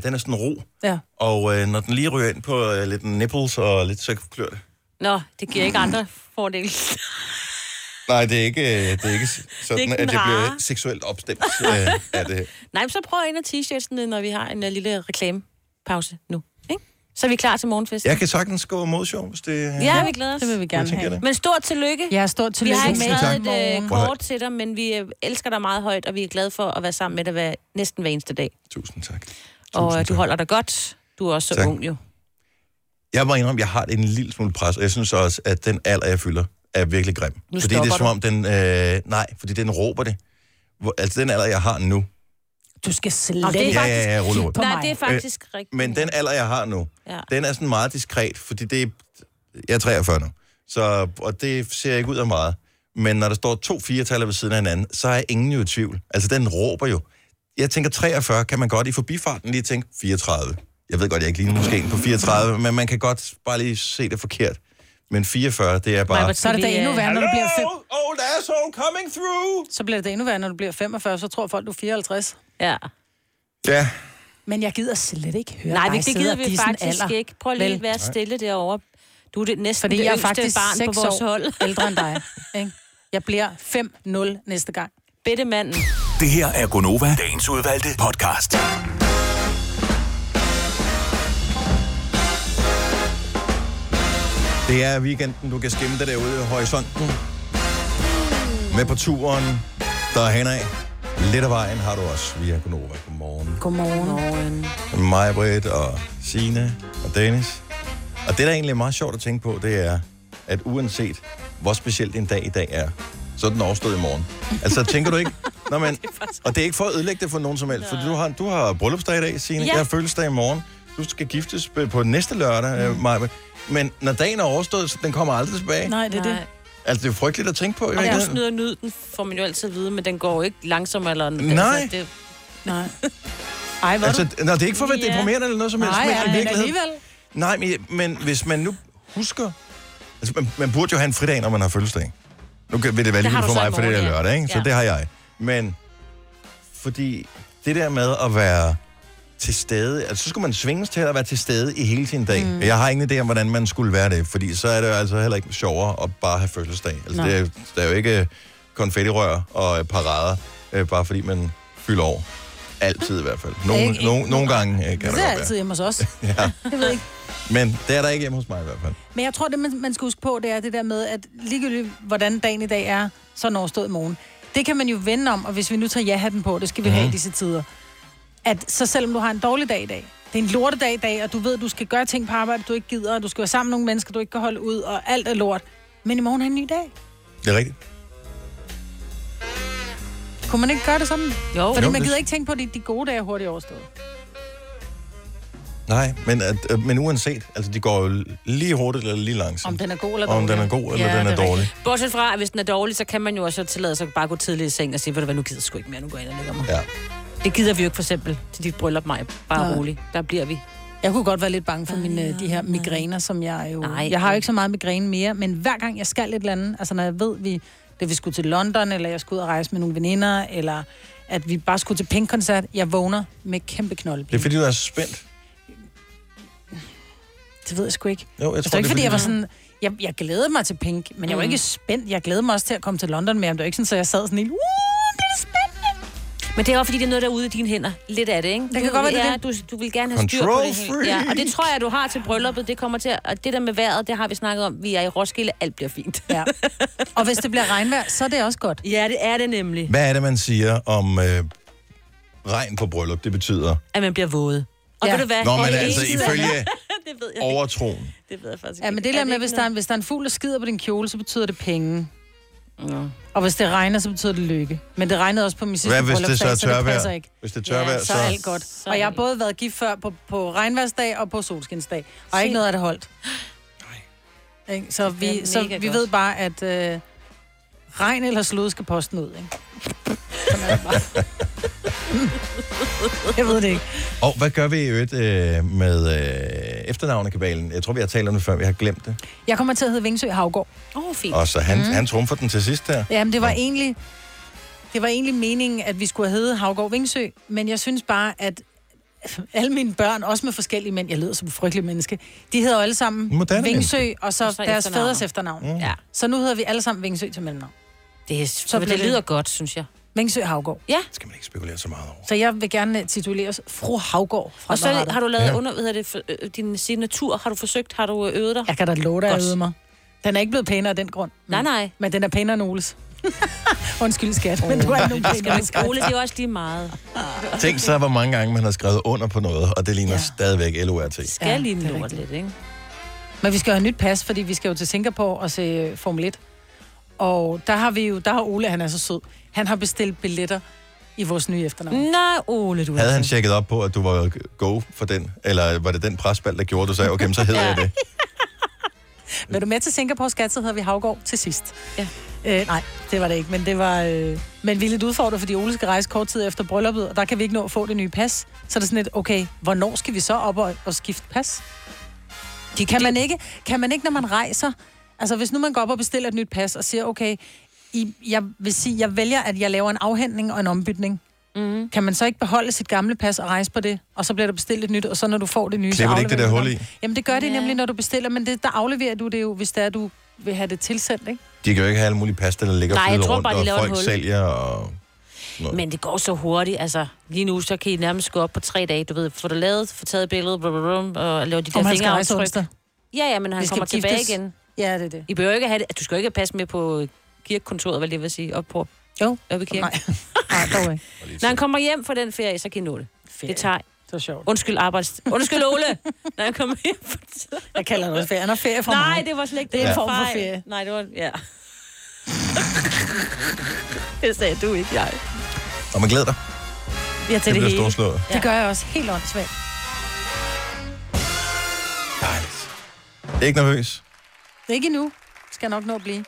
A: den er sådan ro,
B: Ja.
A: og øh, når den lige ryger ind på øh, lidt nipples og lidt så klør det.
C: Nå, det giver ikke andre fordele.
A: Nej, det er ikke, øh, det er ikke s- sådan,
C: ikke
A: ikke
C: den
A: at jeg bliver
C: rare.
A: seksuelt opstemt øh, af det her.
C: Nej, men så prøv en af t-shirtsene, når vi har en uh, lille reklamepause nu. Ikke? Så er vi klar til morgenfesten.
A: Jeg kan sagtens gå mod sjov, hvis det...
C: ja vi glæder os.
B: Det vil vi gerne
A: tænker jeg
B: have.
A: det.
C: Men stort tillykke.
B: Jeg har stort
C: Vi
B: tillykke
C: har ikke
A: Tusind tak.
C: skrevet et øh,
B: morgen.
A: Prøv at
C: kort til dig, men vi øh, elsker dig meget højt, og vi er glade for at være sammen med dig hver, næsten hver eneste dag.
A: Tusind tak.
C: Og øh,
A: Tusind
C: du
A: tak.
C: holder dig godt. Du er også så
A: Tak.
C: ung jo.
A: Jeg må indrømme, jeg har en lille smule pres, og jeg synes også, at den alder, jeg fylder, er virkelig grim.
C: Nu
A: fordi det
C: stopper
A: er som om, den... Øh, nej, fordi den råber det. Hvor, altså den alder, jeg har nu.
B: Du skal slet
C: Og det er
B: ikke
A: Ja, ja, ja, rulle rundt.
B: på
C: Nej,
B: mig.
C: det er faktisk øh, rigtigt.
A: Men den alder, jeg har nu,
C: Ja.
A: den er sådan meget diskret, fordi det er, jeg er 43 nu, så, og det ser ikke ud af meget. Men når der står to firetaller ved siden af hinanden, så er ingen jo i tvivl. Altså, den råber jo. Jeg tænker, 43 kan man godt i forbifarten lige tænke 34. Jeg ved godt, jeg ikke ligner måske en på 34, men man kan godt bare lige se det forkert. Men 44, det er bare...
C: Maja, hvor
B: Så er det da
C: Vi, øh,
B: endnu værre, når du bliver fem.
A: old asshole coming through!
B: Så bliver det da endnu værre, når du bliver 45, så tror folk, du er 54.
C: Ja.
A: Ja,
B: Men jeg gider slet ikke høre
C: Nej,
B: dig
C: vi, det
B: sidde
C: gider
B: og
C: vi
B: disse en
C: faktisk
B: alder.
C: ikke. Prøv lige
B: Vel.
C: at være stille derovre. Du er det næsten
B: Fordi
C: det
B: jeg er
C: yngste
B: faktisk
C: barn på
B: 6
C: vores
B: år
C: hold.
B: ældre end dig. Ikke? Jeg bliver 5-0 næste gang.
C: Bitte manden.
H: Det her er Gonova, dagens udvalgte podcast.
A: det er weekenden, du kan skimme dig derude i horisonten. Med på turen, der er henad. Lidt af vejen har du også via Gonova. Godmorgen.
C: Godmorgen.
A: Maja Britt og Sine og Dennis. Og det, der egentlig er meget sjovt at tænke på, det er, at uanset hvor specielt en dag i dag er, så er den overstået i morgen. Altså, tænker du ikke? Nå, men, og det er ikke for at ødelægge det for nogen som helst, for du har, du har bryllupsdag i dag, Signe.
C: Ja.
A: Ja. Jeg har fødselsdag i morgen. Du skal giftes på- på næste lørdag, mm. Maja. Men når dagen er overstået, så den kommer aldrig tilbage.
B: Nej, det er det.
C: Nej.
A: Altså, det er jo frygteligt at tænke på. i
C: Og du
A: virkeligheden.
C: snyder og nyd, den får man jo altid at vide, men den går jo ikke langsommere. Eller,
A: Nej.
C: Altså, det,
B: Nej. Ej, hvor
A: Altså,
B: altså,
A: nå, det er ikke for at være
C: Ja.
A: deprimerende eller noget som helst.
B: Nej,
A: men i
B: ja, men
A: virkeligheden-
B: alligevel.
A: Nej, men, men hvis man nu husker... Altså, man, man burde jo have en fridag, når man har fødselsdag. Nu kan- vil det være
C: Det har
A: lige
C: du
A: for
C: så i
A: mig, for det er
C: morgen, ja.
A: lørdag, ikke? Så
C: Ja.
A: det har jeg. Men fordi det der med at være til stede, altså så skulle man svinges til at være til stede i hele sin dag. Mm. Jeg har ingen idé om, hvordan man skulle være det, fordi så er det jo altså heller ikke sjovere at bare have fødselsdag. Altså,
B: Nej.
A: det er, der er jo ikke øh, konfettirør og øh, parader, øh, bare fordi man fylder over. Altid i hvert fald. Nogle,
B: Ikke-
A: nogle, nogle gange øh, kan det,
B: det
A: godt
B: er
A: være.
B: altid hjemme hos os.
A: Ja.
B: Jeg ved ikke.
A: Men det er der ikke hjemme hos mig i hvert fald.
B: Men jeg tror, det man, man skal huske på, det er det der med, at ligegyldigt hvordan dagen i dag er, så er den overstået i morgen. Det kan man jo vende om, og hvis vi nu tager ja-hatten på, det skal vi
A: Mhm.
B: mm. have i disse tider, at så selvom du har en dårlig dag i dag, det er en lortedag i dag, og du ved, du skal gøre ting på arbejde, du ikke gider, og du skal være sammen med nogle mennesker, du ikke kan holde ud, og alt er lort. Men i morgen er en ny dag.
A: Det er rigtigt.
B: Kunne man ikke gøre det sådan?
C: Jo.
B: Fordi
A: Jo,
B: man
A: det-
B: gider ikke tænke på, at de, de gode dage er hurtigt overstået.
A: Nej, men, at, øh, men uanset, altså de går jo lige hurtigt eller lige langsomt.
B: Om den er god eller dårlig.
A: Om den er god eller den
B: det
A: er dårlig.
B: rigtigt.
C: Bortset fra, at hvis den er dårlig, så kan man jo også tillade sig at bare gå tidligt i seng og sige, ved du hvad, nu gider jeg sgu ikke mere, nu går jeg ind og lægger mig. Ja.
A: Ja.
C: Det gider vi jo ikke for eksempel til dit bryllup, mig. Bare ja. rolig. Der bliver vi.
B: Jeg kunne godt være lidt bange for mine, øh, de her migræner, som jeg jo...
C: Nej.
B: Nej. Jeg har jo ikke så meget migræne mere, men hver gang jeg skal et eller andet, altså når jeg ved, vi, da vi skulle til London, eller jeg skulle ud og rejse med nogle veninder, eller at vi bare skulle til Pink-koncert, jeg vågner med kæmpe knold.
A: Det er fordi, du er spændt.
B: Det ved jeg sgu ikke.
A: Jo, jeg
B: Jeg
C: Altså,
A: tror,
B: tror ikke,
A: det er Mm.
B: fordi jeg var sådan... Jeg, jeg glædede mig til Pink, men jeg var ikke spændt. Jeg glædede mig også til at komme til London med ham. Det var ikke sådan, så jeg sad sådan helt... Uh, det er spændende.
C: Men det er også fordi, det er noget, der er ude i dine hænder. Lidt af det, ikke? Det
B: kan godt være, det er
C: ja, du, du vil gerne have styr på
A: Control
C: det hele.
A: freak.
C: Ja, og det tror jeg, du har til brylluppet. Det kommer til at, og det der med vejret, det har vi snakket om. Vi er i Roskilde, alt bliver fint.
B: Ja. Og hvis det bliver regnvejr, så er det også godt.
C: Ja, det er det nemlig.
A: Hvad er det, man siger om øh, regn på bryllup? Det betyder...
C: At man bliver våd. Og ja.
B: Ja.
C: ved du hvad?
A: Nå,
C: Det
A: men
C: er
A: altså
C: eneste-
A: ifølge
C: det ved jeg ikke.
A: overtroen.
C: Det ved jeg faktisk
B: Ja, men det der med, hvis der, Altså, er, en- hvis der er en fugl, der skider på din kjole, så betyder det penge. Og hvis det regner, så betyder det lykke. Men det regnede også på min sidste
A: Hvad hvis det så er
B: bryllupsdag, det
A: tørvejr?
B: passer ikke.
A: Hvis det er tørvejr,
C: Ja,
A: så...
B: Så er alt godt.
C: Så er
B: Og jeg har
C: alt.
B: både været gift før på, på regnværsdag og på solskinsdag. Og ikke noget af det holdt. Nej. Så, vi,
C: fandme
B: så
C: mega
B: vi
C: godt.
B: ved bare, at øh, regn eller slud skal posten ud, ikke? Sådan er det bare. jeg ved det ikke.
A: Og hvad gør vi i øvrigt øh, med øh, efternavnekabalen? Jeg tror, vi har talt om det før, vi har glemt det.
B: Jeg kommer til at hedde Vingsø Havgård.
C: Åh, oh, fint.
A: Og så han, mm. han trumfer den til sidst der.
B: Jamen, det var egentlig... Det var egentlig meningen, at vi skulle have heddet Havgård Vingsø, men jeg synes bare, at alle mine børn, også med forskellige mænd, jeg lyder som et frygteligt menneske, de hedder jo alle sammen
A: Moderne
B: Vingsø,
A: mennesker.
B: og så,
C: Og så
B: deres
C: efternavnet.
B: fædres efternavn. Mm.
C: Ja,
B: Så nu hedder vi alle sammen Vingsø til mellemnavn.
C: det, er, så
B: bliver
C: det
B: det-
C: lyder godt, synes jeg.
B: Vingsø Havgård.
A: Det skal man ikke spekulere så meget over.
B: Så jeg vil gerne tituleres Fru Havgård fra
C: Og så har du lavet
A: Ja.
C: ja. under, hvad hedder det, for- øh, din signatur, har du forsøgt, har du øh, øvet dig?
B: Jeg kan da love dig, at
C: Godt.
B: jeg øvede mig. Den er ikke blevet pænere af den grund.
C: Nej, nej.
B: Men den er pænere end Oles. Undskyld, skat, men du er ikke nogen pænere. end skat.
C: Ole, det er jo også lige meget.
A: Tænk så, hvor mange gange man har skrevet under på noget, og det ligner ja.
B: Ja.
A: stadigvæk LORT.
C: Skal
B: Ja,
C: ja, lige
B: det er
C: lort
B: rigtigt.
C: lidt, ikke?
B: Men vi skal jo have nyt pas, fordi vi skal jo til Singapore og se øh, Formel 1. Og der har vi jo, der har Ole, han er så sød. Han har bestilt billetter i vores nye efternavn.
C: Nej, Ole, du er
A: Havde han
C: altså-
A: tjekket op på, at du var go for den? Eller var det den presbald, der gjorde, at du sagde, okay, men så hedder jeg det?
B: Mm. Vil du med til Singapore, skat, så hedder vi Havgård til sidst.
C: Ja.
B: Øh, nej, det var det ikke, men det var... Øh, men vi er lidt udfordret, fordi Ole skal rejse kort tid efter brylluppet, og der kan vi ikke nå at få det nye pas. Så er det sådan lidt, okay, hvornår skal vi så op og, og skifte pas? De kan, man ikke, kan man ikke, når man rejser... Altså, hvis nu man går op og bestiller et nyt pas og siger, okay, I, jeg vil sige, jeg vælger, at jeg laver en afhentning og en ombytning. Mm.
C: Mm-hmm.
B: Kan man så ikke beholde sit gamle pas og rejse på det, og så bliver der bestilt et nyt, og så når du får det nye... så
A: Klipper det ikke det
B: afleverer
A: der
B: du
A: hul i?
B: Jamen, det gør det nemlig, når du bestiller, men det, der afleverer du det jo, hvis det er, du vil have det tilsendt, ikke?
A: De kan jo ikke have alle mulige pasta, der ligger
C: Nej, jeg
A: flyder
C: tror
A: rundt,
C: bare, de
A: og
C: laver et
A: folk
C: hul.
A: sælger. Og...
C: Men det går så hurtigt, altså. Lige nu, så kan I nærmest gå op på tre dage, du ved. Få det lavet, få taget billedet, blub, blub, blub, og lave de
B: Om
C: der
B: han skal rejse
C: fingeraftryk.
B: onsdag.
C: Ja, ja, men han
B: Vi skal
C: kommer tilbage
B: giftes.
C: igen.
B: Ja, det er det.
C: I behøver ikke at have det. Du skal jo ikke passe med på kirkekontoret, hvad det vil sige, op på
B: Jo.
C: oppe i kirken.
B: Nej, nej, dog ikke.
C: Når han kommer hjem fra den ferie, så kan I nå det. Det tager...
B: Det var sjovt.
C: Undskyld arbejds... Undskyld Ole, når han kommer hjem fra
B: Jeg kalder det også ferie. Han har ferie for
C: Nej,
B: mig.
C: det var slet ikke
B: Det er en
C: Ja.
B: form for
C: Fejl.
B: ferie.
C: Nej, det var... Ja. det sagde du ikke, jeg.
A: Og man glæder dig.
C: Jeg til
A: Det
C: det,
A: bliver
C: hele.
A: storslået.
B: Det gør jeg også helt åndssvagt.
A: Dejligt. Ikke nervøs.
B: Ikke endnu. Skal jeg nok nå at blive.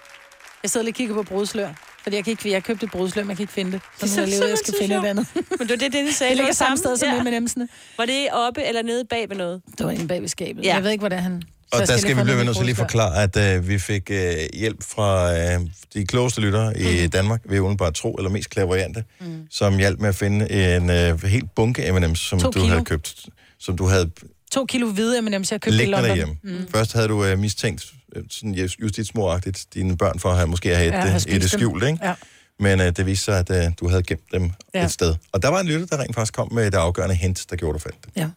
B: Jeg sidder lige og kigger på brudslør. Fordi jeg, kan ikke, jeg købte et brudslør, men jeg kan ikke finde det. Så nu er jeg levet, jeg skal finde et andet.
C: Men det var det, Dennis sagde.
B: Det
C: var
B: ligger samme sted som
C: ja.
B: ja. med emsene.
C: Var det oppe eller nede bag ved noget?
B: Det var inde bag ved skabet.
C: Ja.
B: Jeg ved ikke, hvordan han...
A: Og der skal vi blive nødt til lige at
B: forklare.
A: forklare, at øh, vi fik øh, hjælp fra øh, de klogeste lyttere
C: Mhm.
A: i mm. Danmark, ved udenbart tro, eller mest klaveriante, mm. som hjalp med at finde en øh, helt bunke M&M's, som
B: To
A: du
B: kilo.
A: havde købt, som du havde
B: To kilo hvide M&M's, jeg købte i
A: liggende
B: London.
A: derhjemme. Mm. Først havde du øh, mistænkt, øh, sådan just- justitsmoragtigt, dine børn for at have måske have et,
B: Ja,
A: ja,
B: have
A: et,
B: spist
A: et
B: dem.
A: skjult, ikke?
B: Ja.
A: Men øh, det viste sig, at øh, du havde gemt dem
B: Ja.
A: et sted. Og der var en lytter, der rent faktisk kom med det afgørende hint, der gjorde, at du fandt det.
B: Ja.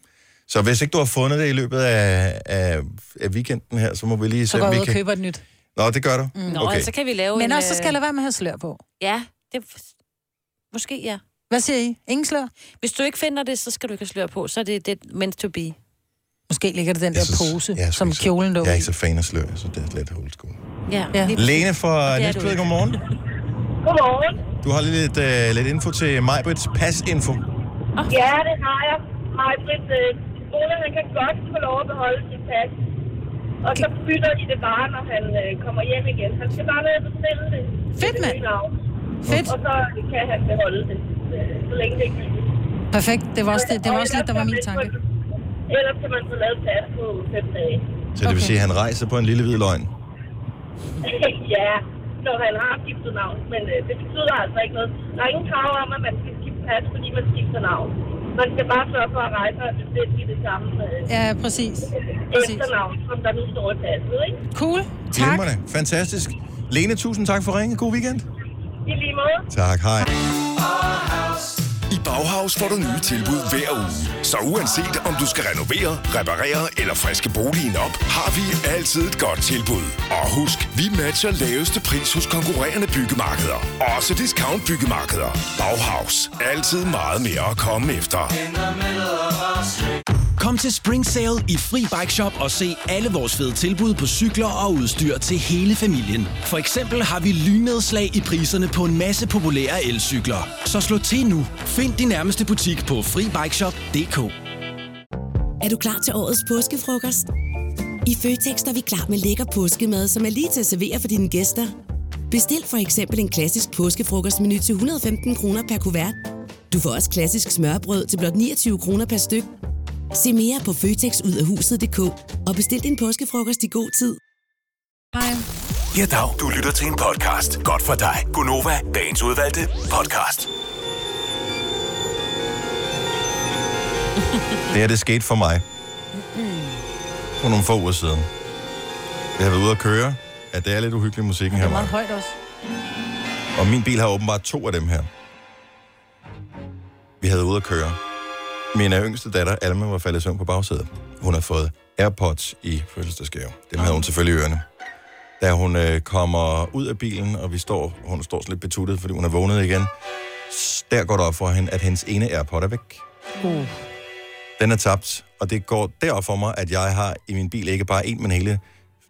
A: Så hvis ikke du har fundet det i løbet af, af, af weekenden her, så må vi lige
B: Så
A: se,
B: går
A: om
B: jeg
A: vi
B: ud og
A: kan...
B: køber et nyt. Mm.
A: Nå, det gør du.
C: Mm. Nå,
A: okay.
C: okay. så kan vi lave
B: Men
C: en... øh,
B: også, så skal der være med at have slør på.
C: Ja, det... Måske ja.
B: Hvad siger I? Ingen slør?
C: Hvis du ikke finder det, så skal du ikke have slør på. Så er det, det meant to be.
B: Måske ligger det den
A: Jeg
B: der
A: synes-
B: pose,
A: jeg er sgu
B: som
A: ikke så-
B: kjolen lå
A: Jeg er
B: i.
A: ikke så fan af slør, så det er lidt old school.
C: Ja.
B: Ja.
C: ja.
A: Lene fra
C: Det er
A: Næstved,
C: du.
A: godmorgen.
I: Godmorgen.
A: Du har lige lidt, øh, lidt info til Majbrits pasinfo.
B: Ah.
I: Ja, det har jeg. Hej, Britt. øh, Ole, han kan godt få lov at beholde sit pas. Og så bytter de det bare, når han øh, kommer hjem igen. Han skal bare ned og bestille det.
B: Fedt,
I: Det er
B: mand.
I: det nye navn.
B: Fedt.
I: Og så kan han beholde det, øh, så længe det ikke er gyldigt.
B: Perfekt. Det var også, det, det var
I: Og
B: også
I: ellers
B: lidt, der var
I: kan
B: min
I: man
B: tanke.
I: få- Ellers kan man få lavet pas på fem dage.
A: Så det vil
B: Okay.
A: sige, at han rejser på en lille hvid løgn.
I: ja, når han har skiftet navn. Men øh, det betyder altså ikke noget. Der er ingen krav om, at man skal skifte pas, fordi man skifter navn. Man skal bare sørge for at rejse og bestille i det samme øh,
B: Ja, præcis. Præcis.
I: efternavn, som der nu står i passet, ikke?
B: Cool. Tak.
A: Glimrende. Fantastisk. Lene, tusind tak for ringen. God weekend.
I: I lige måde.
A: Tak, hej.
J: I Bauhaus får du nye tilbud hver uge. Så uanset om du skal renovere, reparere eller friske boligen op, har vi altid et godt tilbud. Og husk, vi matcher laveste pris hos konkurrerende byggemarkeder. Også discount byggemarkeder. Bauhaus. Altid meget mere at komme efter.
K: Kom til Spring Sale i Fri Bike Shop og se alle vores fede tilbud på cykler og udstyr til hele familien. For eksempel har vi lynedslag i priserne på en masse populære elcykler. Så slå til nu. Find din nærmeste butik på FriBikeShop.dk
L: Er du klar til årets påskefrokost? I Føtex er vi klar med lækker påskemad, som er lige til at servere for dine gæster. Bestil for eksempel en klassisk påskefrokostmenu til 115 kroner per kuvert. Du får også klassisk smørbrød til blot 29 kroner per styk. Se mere på føtexudafhuset.dk og bestil din påskefrokost i god tid. Hej.
J: Ja, dag. Du lytter til en podcast. Godt for dig. Gunova. Dagens udvalgte podcast.
A: Det her, det skete for mig. For nogle få uger siden. Jeg har været ude at køre. Ja, det er lidt uhyggelig musikken
B: Det
A: her.
B: er meget
A: Maja.
B: højt også.
A: Og min bil har åbenbart to af dem her. Vi havde ude at køre. Min yngste datter, Alma, var faldet i søvn på bagsædet. Hun har fået AirPods i fødselsdagsgave. Dem havde hun selvfølgelig i ørerne. Da hun øh, kommer ud af bilen, og vi står, hun står sådan lidt betuttet, fordi hun er vågnet igen, s- der går det op for hende, at hendes ene AirPod er væk.
B: Uh.
A: Den er tabt, og det går derop for mig, at jeg har i min bil ikke bare en, men hele,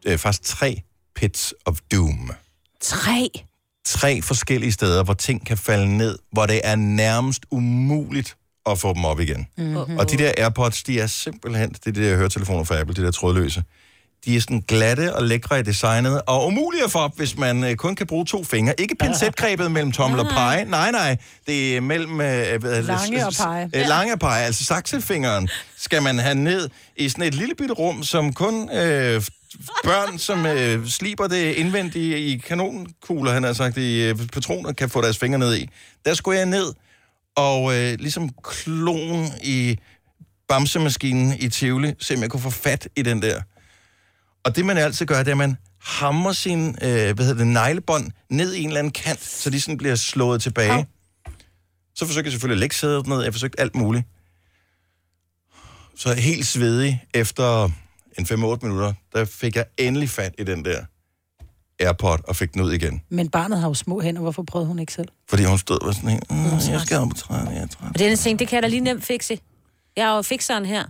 A: øh, faktisk tre pits of doom
C: Tre.
A: tre forskellige steder, hvor ting kan falde ned, hvor det er nærmest umuligt at få dem op igen. Mm-hmm. Og de der AirPods, de er simpelthen, det er de der høretelefoner fra Apple, de der trådløse, de er sådan glatte og lækre i designet, og umulige at få op, hvis man øh, kun kan bruge to fingre. Ikke pincetgrebet mellem tommel og pege. Nej, nej. Det er mellem... Øh, hvad hedder det?
B: Lange og pege.
A: Øh, lange og pege, altså saksefingeren, skal man have ned i sådan et lille bitte rum, som kun øh, børn, som øh, sliber det indvendige i kanonkugler, han har sagt, i øh, patroner, kan få deres fingre ned i. Der skulle jeg ned, og øh, ligesom klon i bamsemaskinen i Tivoli, se om jeg kunne få fat i den der. Og det, man altid gør, det er, at man hammer sin øh, hvad hedder det, neglebånd ned i en eller anden kant, så de sådan bliver slået tilbage. Au. Så forsøgte jeg selvfølgelig at lægge sædet ned. Jeg forsøgte alt muligt. Så helt svedig efter en 5-8 minutter, der fik jeg endelig fat i den der AirPod og fik den ud igen.
B: Men barnet har jo små hænder, hvorfor prøvede hun ikke selv?
A: Fordi hun stod og var sådan helt, "Mm, jeg skal op på træet, jeg er
C: Og
A: træt."
C: denne ting, det kan jeg da lige nemt fikse. Jeg er jo fikseren her.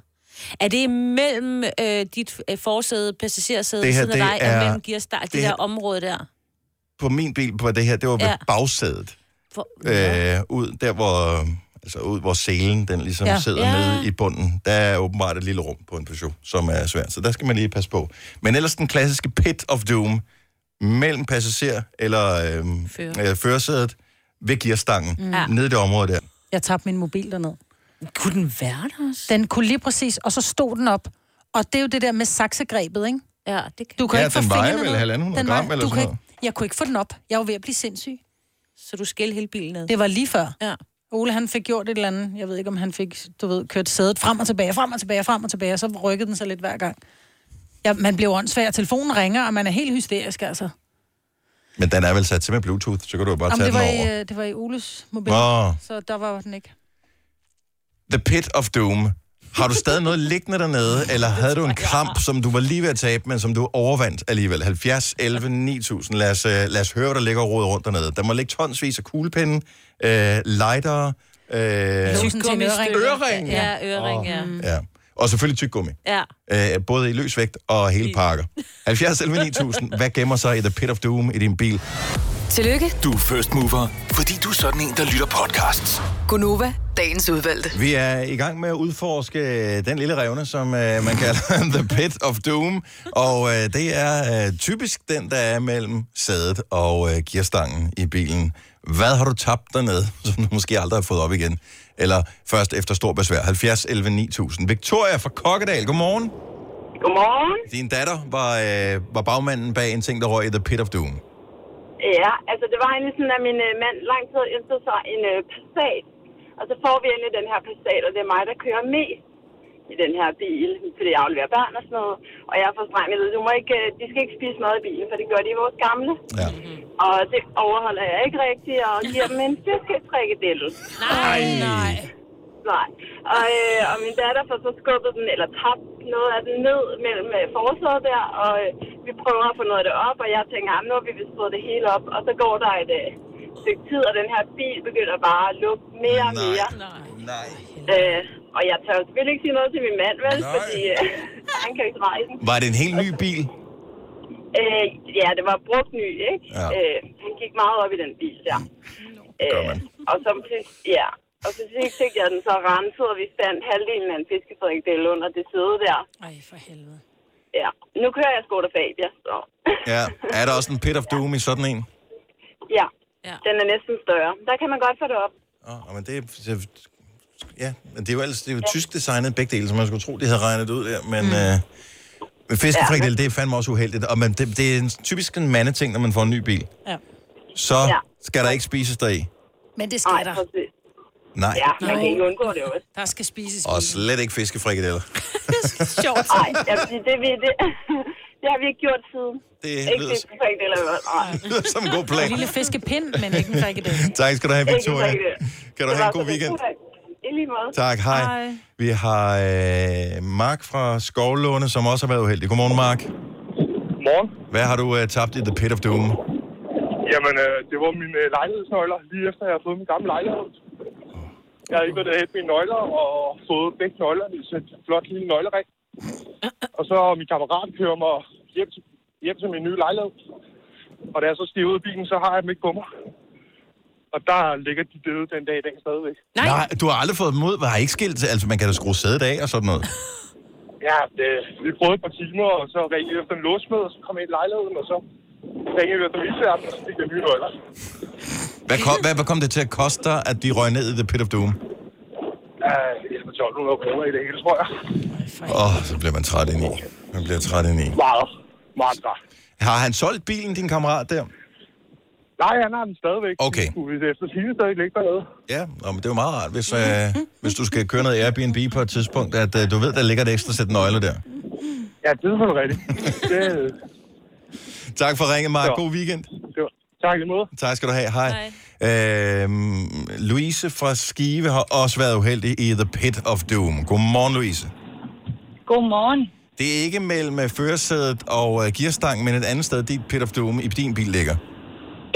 C: Er det mellem øh, dit øh, forsæde, passagersæde,
A: Det
C: det
A: her,
C: her, siden af
A: det
C: dig, er,
A: er-
C: og mellem gearstart, det,
A: det
C: det
A: her-
C: der område der?
A: På min bil på det her, det var ved
C: Ja.
A: bagsædet.
C: For,
A: Øh, ud der, hvor, øh, altså ud, hvor selen den ligesom ja.
B: Ja.
A: sidder ja.
C: Ja.
A: nede i bunden. Der er åbenbart et lille rum på en Peugeot, som er svært. Så der skal man lige passe på. Men ellers den klassiske pit of doom mellem passager eller øh,
C: Fører.
A: øh, førersædet ved gearstangen.
C: Ja.
A: Mm. Nede i det område der.
B: Jeg tabte min mobil dernede.
C: Kunne den være der også?
B: Den kunne lige præcis, og så stod den op. Og det er jo det der med saksegrebet, ikke?
C: Ja, det kan.
B: Du kan
A: Ja,
B: ikke få
A: den vejer
B: fingrene
A: vel
B: ned.
A: 1.500
B: vejer-
A: gram eller
B: du
A: sådan
B: kan
A: noget.
B: ikke, Jeg kunne ikke få den op. Jeg var ved at blive sindssyg.
C: Så du skæl hele bilen ned?
B: Det var lige før.
C: Ja.
B: Ole, han fik gjort et eller andet. Jeg ved ikke, om han fik, du ved, kørt sædet frem og tilbage, frem og tilbage, frem og tilbage, og så rykkede den sig lidt hver gang. Ja, man bliver åndssvær, telefonen ringer, og man er helt hysterisk, altså.
A: Men den er vel sat til med Bluetooth, så kan du jo bare
B: Jamen,
A: tage
B: det,
A: den
B: var
A: over.
B: i, øh, det var i Oles mobil,
A: Nå,
B: så der var den ikke.
A: The Pit of Doom Har du stadig noget liggende dernede, eller havde du en kamp, som du var lige ved at tabe, men som du overvandt alligevel? 70, 11, 9000. Lad os, øh, lad os høre, hvad der ligger og roder rundt dernede. Der må ligge tonsvis af kuglepinde, øh, lightere, øh,
C: Ørering. Ja, ørering, ja.
A: Ja. Og selvfølgelig tyggegummi.
C: Ja.
A: Øh, både i løsvægt og hele pakker. 70 11 9000. Hvad gemmer sig i The Pit of Doom i din bil?
M: Tillykke,
A: Du er first mover.
H: Fordi du er sådan en, der lytter podcasts.
M: Gunova, dagens udvalgte.
A: Vi er i gang med at udforske øh, den lille revne, som øh, man kalder The Pit of Doom. Og øh, det er øh, typisk den, der er mellem sædet og øh, gearstangen i bilen. Hvad har du tabt dernede, som du måske aldrig har fået op igen? Eller først efter stor besvær. 70 11 9000. Victoria fra Kokkedal, godmorgen.
I: Godmorgen.
A: Din datter var, øh, var bagmanden bag en ting, der røg i The Pit of Doom.
I: Ja, altså det var egentlig sådan, at min øh, mand lang tid havde ønsket sig en øh, Passat. Og så får vi endelig den her Passat, og det er mig, der kører mest i den her bil, fordi jeg afleverer børn og sådan noget. Og jeg får strengt at du må ikke, øh, de skal ikke spise mad i bilen, for det gør de i vores gamle.
A: Ja.
G: Mhm.
I: Og det overholder jeg ikke rigtigt, og giver dem en fiskefrikadelle.
G: Nej, nej.
I: Nej. Og, øh, og min datter får så skubbet den, eller tabt noget af den ned mellem øh, forsædet der, og øh, vi prøver at få noget af det op, og jeg tænker, at nu har vi vist fået det hele op, og så går der et øh, stykke tid, og den her bil begynder bare at lugte mere og mere. Nej. Øh, og jeg tør selvfølgelig ikke sige noget til min mand, vel, fordi øh, han kan jo ikke rejse.
A: Var det en helt ny bil?
I: Øh, ja, det var brugt ny, ikke?
A: Ja. Mm.
I: Øh, han gik meget op i den bil der. Øh, og så til- ja, og så fik, fik jeg den så renset, og vi fandt halvdelen af en fiskefrikadelle under det sæde der.
B: Ej, for helvede.
I: Ja, nu kører jeg Skoda Fabia, så
A: Ja. Er der også en Pit of Doom i sådan en?
I: ja. ja. Den er næsten større. Der kan man godt få det op.
A: Åh, men det er... Ja, men det er jo ellers, det er jo tysk designet begge dele, så man skulle tro, de havde regnet det ud der, men... Mm. Øh, men fiskefrikadelle, det er fandme også uheldigt, og man, det, det er en, typisk en mandeting, når man får en ny bil.
B: Ja.
A: Så
I: Ja.
A: skal der ikke spises deri.
B: Men det skal Ej, der.
A: Nej.
I: Ja, man kan ikke undgå det jo.
B: Der skal spises.
A: Og slet ikke fiskefrikadeller.
B: Sjovt.
I: Nej, jeg vil sige, det, vi, det, det har vi ikke gjort siden.
A: Det
I: ikke
A: lyder-
I: fiskefrikadeller. Nej.
A: Det lyder som en god plan.
B: En lille fiskepind, men ikke en frikadelle.
A: Tak skal du have,
I: Ikke
A: Victoria.
I: frikadelle.
A: Kan
I: Altså, Det
A: du have
I: var
A: en god
I: så lidt
A: weekend?
I: ulækkert. I lige måde.
A: Tak, hej. hej. Vi har øh, Mark fra Skovlåne, som også har været uheldig. Godmorgen, Mark.
N: Morgen.
A: Hvad har du øh, tabt i The Pit of Doom?
N: Jamen, øh, det var mine øh, lejlighedsnøgler, lige efter jeg havde fået min gamle lejlighed. Jeg har ikke været derhen mine nøgler, og fået begge nøglerne i sådan en flot lille nøglering. Og så har min kammerat kører mig hjem til, hjem til min nye lejlighed. Og da jeg så stiger ud af bilen, så har jeg dem ikke på mig. Og der ligger de døde den dag i dag stadigvæk.
A: Nej. Nej, du har aldrig fået dem ud. Har ikke skilt? Altså, man kan da skrue sædet af og sådan noget.
N: Ja, det, vi prøvede et par timer, og så ringede jeg efter en låsmed, og så kom jeg ind i lejligheden, og så ringede vi efter visværten, og så fik jeg nye nøgler.
A: Hvad kom, hvad, hvad kom det til at koste dig, at de røg ned i The Pit of Doom?
N: Ja, det er 1200 kroner i det hele, tror jeg.
A: Åh, oh, så bliver man træt ind i. Man bliver træt ind i.
N: Meget. Meget træt.
A: Har han solgt bilen, din kammerat der?
N: Nej, han har den stadigvæk. Uh,
A: Okay.
N: Hvis efter sine stadig ligger dernede.
A: Ja, Nå, men det er jo meget rart, hvis, øh, hvis du skal køre noget Airbnb på et tidspunkt, at øh, du ved, der ligger et ekstra sæt nøgler der.
N: Ja, det er selvfølgelig rigtigt. det,
A: Tak for ringen, Mark.
N: Så.
A: God weekend.
N: det var, tak i lige måde.
A: Tak skal du have. Hej. Hej. Øhm, Louise fra Skive har også været uheldig i The Pit of Doom. Godmorgen, Louise.
O: Godmorgen.
A: Det er ikke mellem øh, førersædet og øh, gearstangen, men et andet sted, dit Pit of Doom i din bil ligger.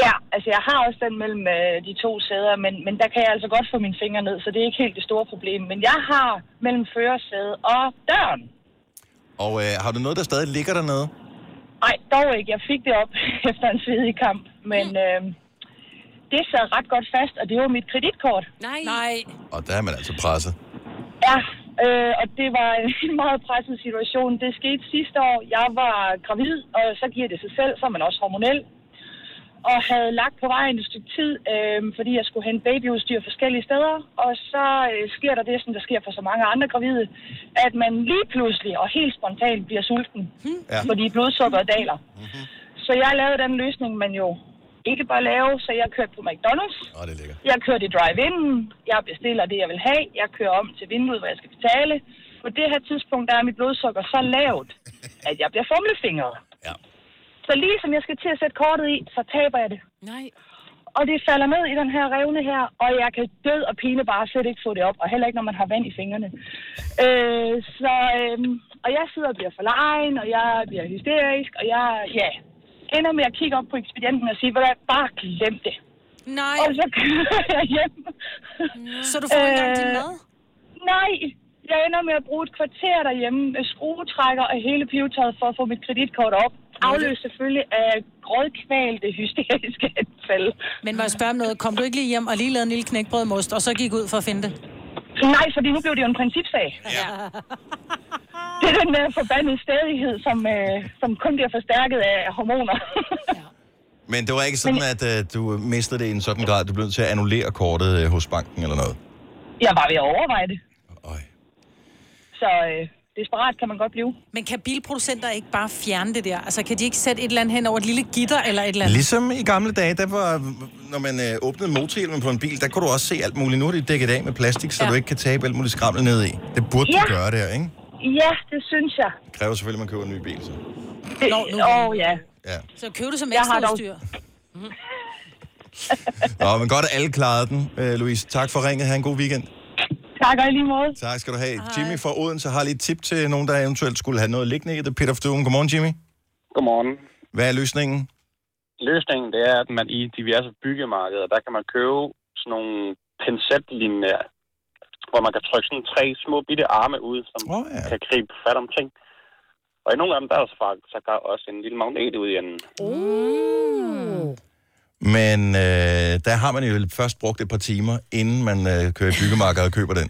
O: Ja, altså jeg har også den mellem øh, de to sæder, men, men der kan jeg altså godt få mine fingre ned, så det er ikke helt det store problem. Men jeg har mellem førersædet og døren.
A: Og øh, har du noget, der stadig ligger dernede?
O: Nej, dog ikke. Jeg fik det op efter en svedig kamp, men øh, det sad ret godt fast, og det var mit kreditkort.
C: Nej.
O: Nej.
A: Og der er man altså presset.
O: Ja, øh, og det var en meget presset situation. Det skete sidste år. Jeg var gravid, og så giver det sig selv, så er man også hormonel. Og havde lagt på vejen et stykke tid, øh, fordi jeg skulle hente babyudstyr forskellige steder. Og så øh, sker der det, som der sker for så mange andre gravide, at man lige pludselig og helt spontant bliver sulten,
A: Ja.
O: ja. fordi blodsukkeret daler. Så jeg lavede den løsning, man jo ikke bare lave, så jeg kørte på McDonald's.
A: Åh, det er lækkert.
O: Jeg kører det drive-in, jeg bestiller det, jeg vil have, jeg kører om til vinduet, hvor jeg skal betale. På det her tidspunkt, der er mit blodsukker så lavt, at jeg bliver fumlefingret.
A: Ja.
O: Så lige som jeg skal til at sætte kortet i, så taber jeg det.
C: Nej.
O: Og det falder ned i den her revne her, og jeg kan død og pine bare slet ikke få det op, og heller ikke, når man har vand i fingrene. Øh, så, øh, og jeg sidder og bliver forlegen, og jeg bliver hysterisk, og jeg, ja, ender med at kigge op på ekspedienten og sige, hvordan bare glem det.
B: Nej.
O: Og så kører jeg hjem.
B: Så du får ikke engang
O: Øh,
B: din mad?
O: Nej, jeg ender med at bruge et kvarter derhjemme med skruetrækker og hele pivetøjet for at få mit kreditkort op. Afløst selvfølgelig af grådkvalte hysteriske anfald.
B: Men må jeg spørge om noget? Kom du ikke lige hjem og lige lavede en lille knækbrødmost, og så gik ud for at finde det?
O: Nej, fordi nu blev det jo en principsag.
B: Ja.
O: Det er den der forbandede stadighed, som, øh, som kun bliver forstærket af hormoner.
A: Men det var ikke sådan, at øh, du mistede det i en sådan grad, at du blev nødt til at annullere kortet øh, hos banken eller noget?
O: jeg var ved at overveje det. Så øh, desperat kan man godt blive.
B: Men kan bilproducenter ikke bare fjerne det der? Altså, kan de ikke sætte et eller andet hen over et lille gitter eller et eller andet?
A: Ligesom i gamle dage, der var, når man øh, åbnede motorhjelmen på en bil, der kunne du også se alt muligt. Nu er det dækket af med plastik, så ja. du ikke kan tabe alt muligt skrammel ned i. Det burde ja.
O: Ja.
A: du gøre der, ikke?
O: Ja, det synes jeg.
A: Det kræver selvfølgelig, at man køber en ny bil. Så.
O: Det, Nå, Åh, ja.
A: Ja.
B: Så køb det som
O: Jeg har dog-
B: ekstraudstyr.
A: Nå, men godt, at alle klarede den, øh, Louise. Tak for ringet. Ha' en god weekend.
O: Tak og i lige måde.
A: Tak skal du have. Hej. Jimmy fra Odense har lige et tip til nogen, der eventuelt skulle have noget liggende i The Pit of Doom. Godmorgen, Jimmy.
P: Godmorgen.
A: Hvad er løsningen?
P: Løsningen det er, at man i diverse byggemarkeder, der kan man købe sådan nogle pincetlinjer, hvor man kan trykke sådan tre små bitte arme ud, som
A: oh, ja.
P: kan gribe fat om ting. Og i nogle af dem, der er der så der også en lille magnet ud i enden.
A: Men øh, der har man jo først brugt et par timer, inden man øh, kører i byggemarkedet og køber den.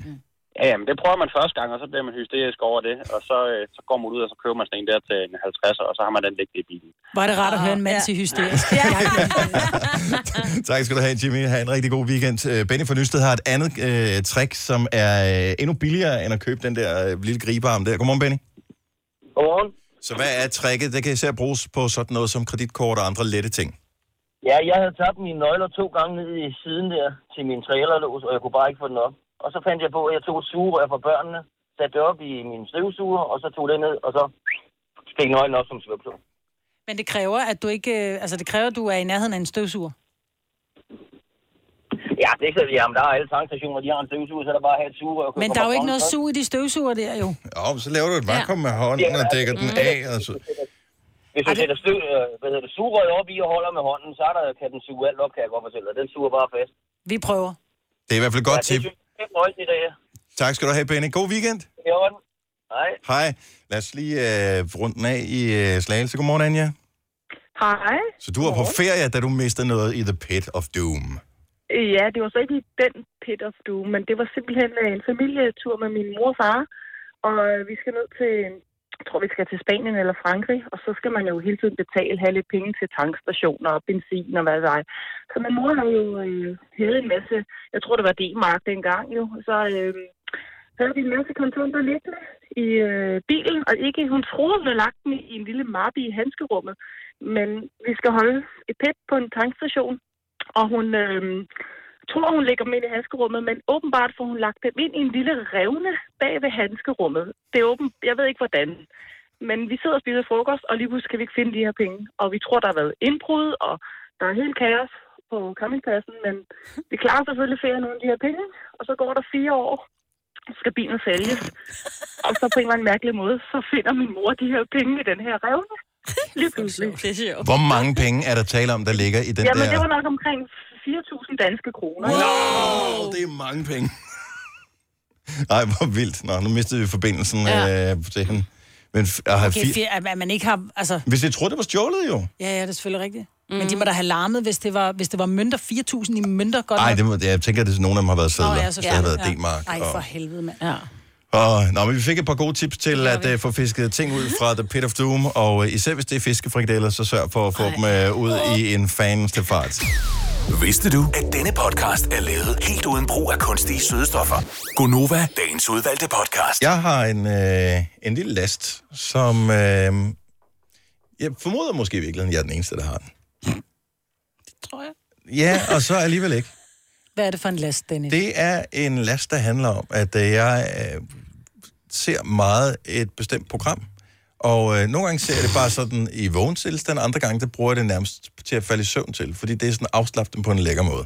P: Ja, jamen, det prøver man første gang, og så bliver man hysterisk over det, og så, øh, så går man ud, og så køber man sådan en der til en 50'er, og så har man den liggende i bilen.
B: Var det rart at høre en mand til hysterisk?
A: tak skal du have, Jimmy. Ha' en rigtig god weekend. Øh, Benny fra Nysted har et andet øh, trick, som er øh, endnu billigere, end at købe den der øh, lille gribearm der. Godmorgen, Benny.
Q: Godmorgen.
A: Så hvad er tricket? Det kan især bruges på sådan noget som kreditkort og andre lette ting.
Q: Ja, jeg havde tabt mine nøgler to gange ned i siden der til min trailerlås, og jeg kunne bare ikke få den op. Og så fandt jeg på, at jeg tog et sugerør fra børnene, satte det op i min støvsuger, og så tog det ned, og så stik nøglen op som svøbslå.
B: Men det kræver, at du ikke... øh, Altså, det kræver, at du er i nærheden af en støvsuger.
Q: Ja, det er ikke så, jamen, der er alle tankstationer, de har en støvsuger, så er der bare at have et sugerør.
B: Men der er jo ikke noget sug i de støvsuger der, jo.
A: Jo, men så laver du et vakuum med hånden og dækker den af. Og så...
Q: Hvis du sætter støv, øh, hvad hedder det, sugerøret op i og holder med hånden, så er der, kan den suge alt op, kan jeg godt fortælle dig. Den suger bare fast.
B: Vi prøver.
A: Det er i hvert fald et godt tip.
Q: Det er møjst i dag.
A: Tak skal du have, Benny. God weekend.
Q: Det er i orden. Hej.
A: Hej. Lad os lige øh, runde den af i øh, Slagelse. Godmorgen, Anja.
R: Hej.
A: Så du var på ferie, da du mistede noget i The Pit of Doom.
R: Ja, det var så ikke i den pit of doom, men det var simpelthen øh, en familietur med min mor og far. Og øh, vi skal ned til, jeg tror vi skal til Spanien eller Frankrig, og så skal man jo hele tiden betale, have lidt penge til tankstationer og benzin og hvad ved jeg. Så min mor har jo øh, hævet en masse, jeg tror det var D-mark dengang jo, så øh, havde vi en masse kontanter liggende i øh, bilen, og ikke, hun troede, hun havde lagt den i en lille mappe i handskerummet. Men vi skal holde et pip på en tankstation, og hun øh, tror, hun lægger dem ind i handskerummet, men åbenbart får hun lagt dem ind i en lille revne bag ved handskerummet. Det er åben, jeg ved ikke hvordan. Men vi sidder og spiser frokost, og lige pludselig kan vi ikke finde de her penge. Og vi tror, der har været indbrud, og der er helt kaos på campingpladsen, men vi klarer selvfølgelig ferien uden de her penge, og så går der fire år, så skal bilen sælges. Og så på en eller anden mærkelig måde, så finder min mor de her penge i den her revne. Lige pludselig. Det er sjovt.
A: Hvor mange penge er der tale om, der ligger i den
R: Jamen,
A: der...
R: det var nok omkring 4.000 danske kroner.
A: Wow, det er mange penge. Ej, hvor vildt. Nå, nu mistede vi forbindelsen
B: Ja.
A: ja. øh, til hende. Men f- at have
B: Okay,
A: fire...
B: fire, at at man ikke har... Altså,
A: Hvis jeg troede, det var stjålet jo.
B: ja, ja, det er selvfølgelig rigtigt. Mm. Men de må da have larmet, hvis det var, hvis det var mønter 4.000 i mønter. Godt
A: Nej,
B: nok.
A: det må, jeg tænker, at det er nogen af dem har været sædler.
B: Nå,
A: ja,
B: ja,
A: så det har
B: selvfølgelig.
A: været D-mark.
B: Ej, for
A: Og,
B: helvede, mand. Ja.
A: og, nå, men vi fik et par gode tips til at uh, få fisket ting ud fra The Pit of Doom, og uh, især hvis det er fiskefrikadeller, så sørg for at få Ej. dem uh, ud i en fans til fart.
H: Vidste du, at denne podcast er lavet helt uden brug af kunstige sødestoffer? Gonova, dagens udvalgte podcast.
A: Jeg har en, øh, en lille last, som øh, jeg formoder måske i virkeligheden, jeg er den eneste, der har den. Det tror jeg. Ja, og så alligevel ikke.
B: Hvad er det for en last, Dennis?
A: Det er en last, der handler om, at øh, jeg øh, ser meget et bestemt program, Og øh, nogle gange ser jeg det bare sådan i vågen tilstand, og andre gange, der bruger jeg det nærmest til at falde i søvn til, fordi det er sådan afslappet på en lækker måde.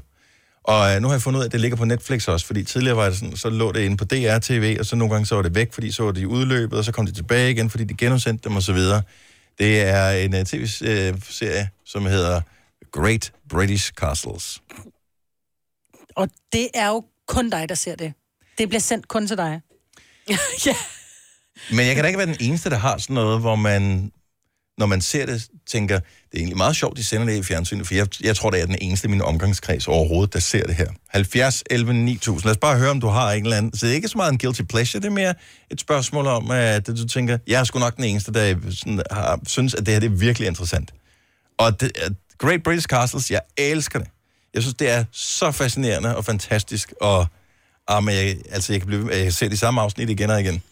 A: Og øh, nu har jeg fundet ud af, at det ligger på Netflix også, fordi tidligere var det sådan, så lå det inde på DR-TV, og så nogle gange så var det væk, fordi så var det i udløbet, og så kom det tilbage igen, fordi de genudsendte dem osv. Det er en uh, tv-serie, som hedder Great British Castles.
B: Og det er jo kun dig, der ser det. Det bliver sendt kun til dig. ja.
A: Men jeg kan da ikke være den eneste, der har sådan noget, hvor man, når man ser det, tænker, det er egentlig meget sjovt, de sender det i fjernsynet, for jeg, jeg tror, det er den eneste i min omgangskreds overhovedet, der ser det her. 70, 11, 9000. Lad os bare høre, om du har en eller anden. Så det er ikke så meget en guilty pleasure, det er mere et spørgsmål om, at du tænker, jeg er sgu nok den eneste, der sådan, har, synes, at det her det er virkelig interessant. Og det, at Great British Castles, jeg elsker det. Jeg synes, det er så fascinerende og fantastisk, og ah, men jeg, altså, jeg, kan blive, jeg kan se de samme afsnit igen og igen.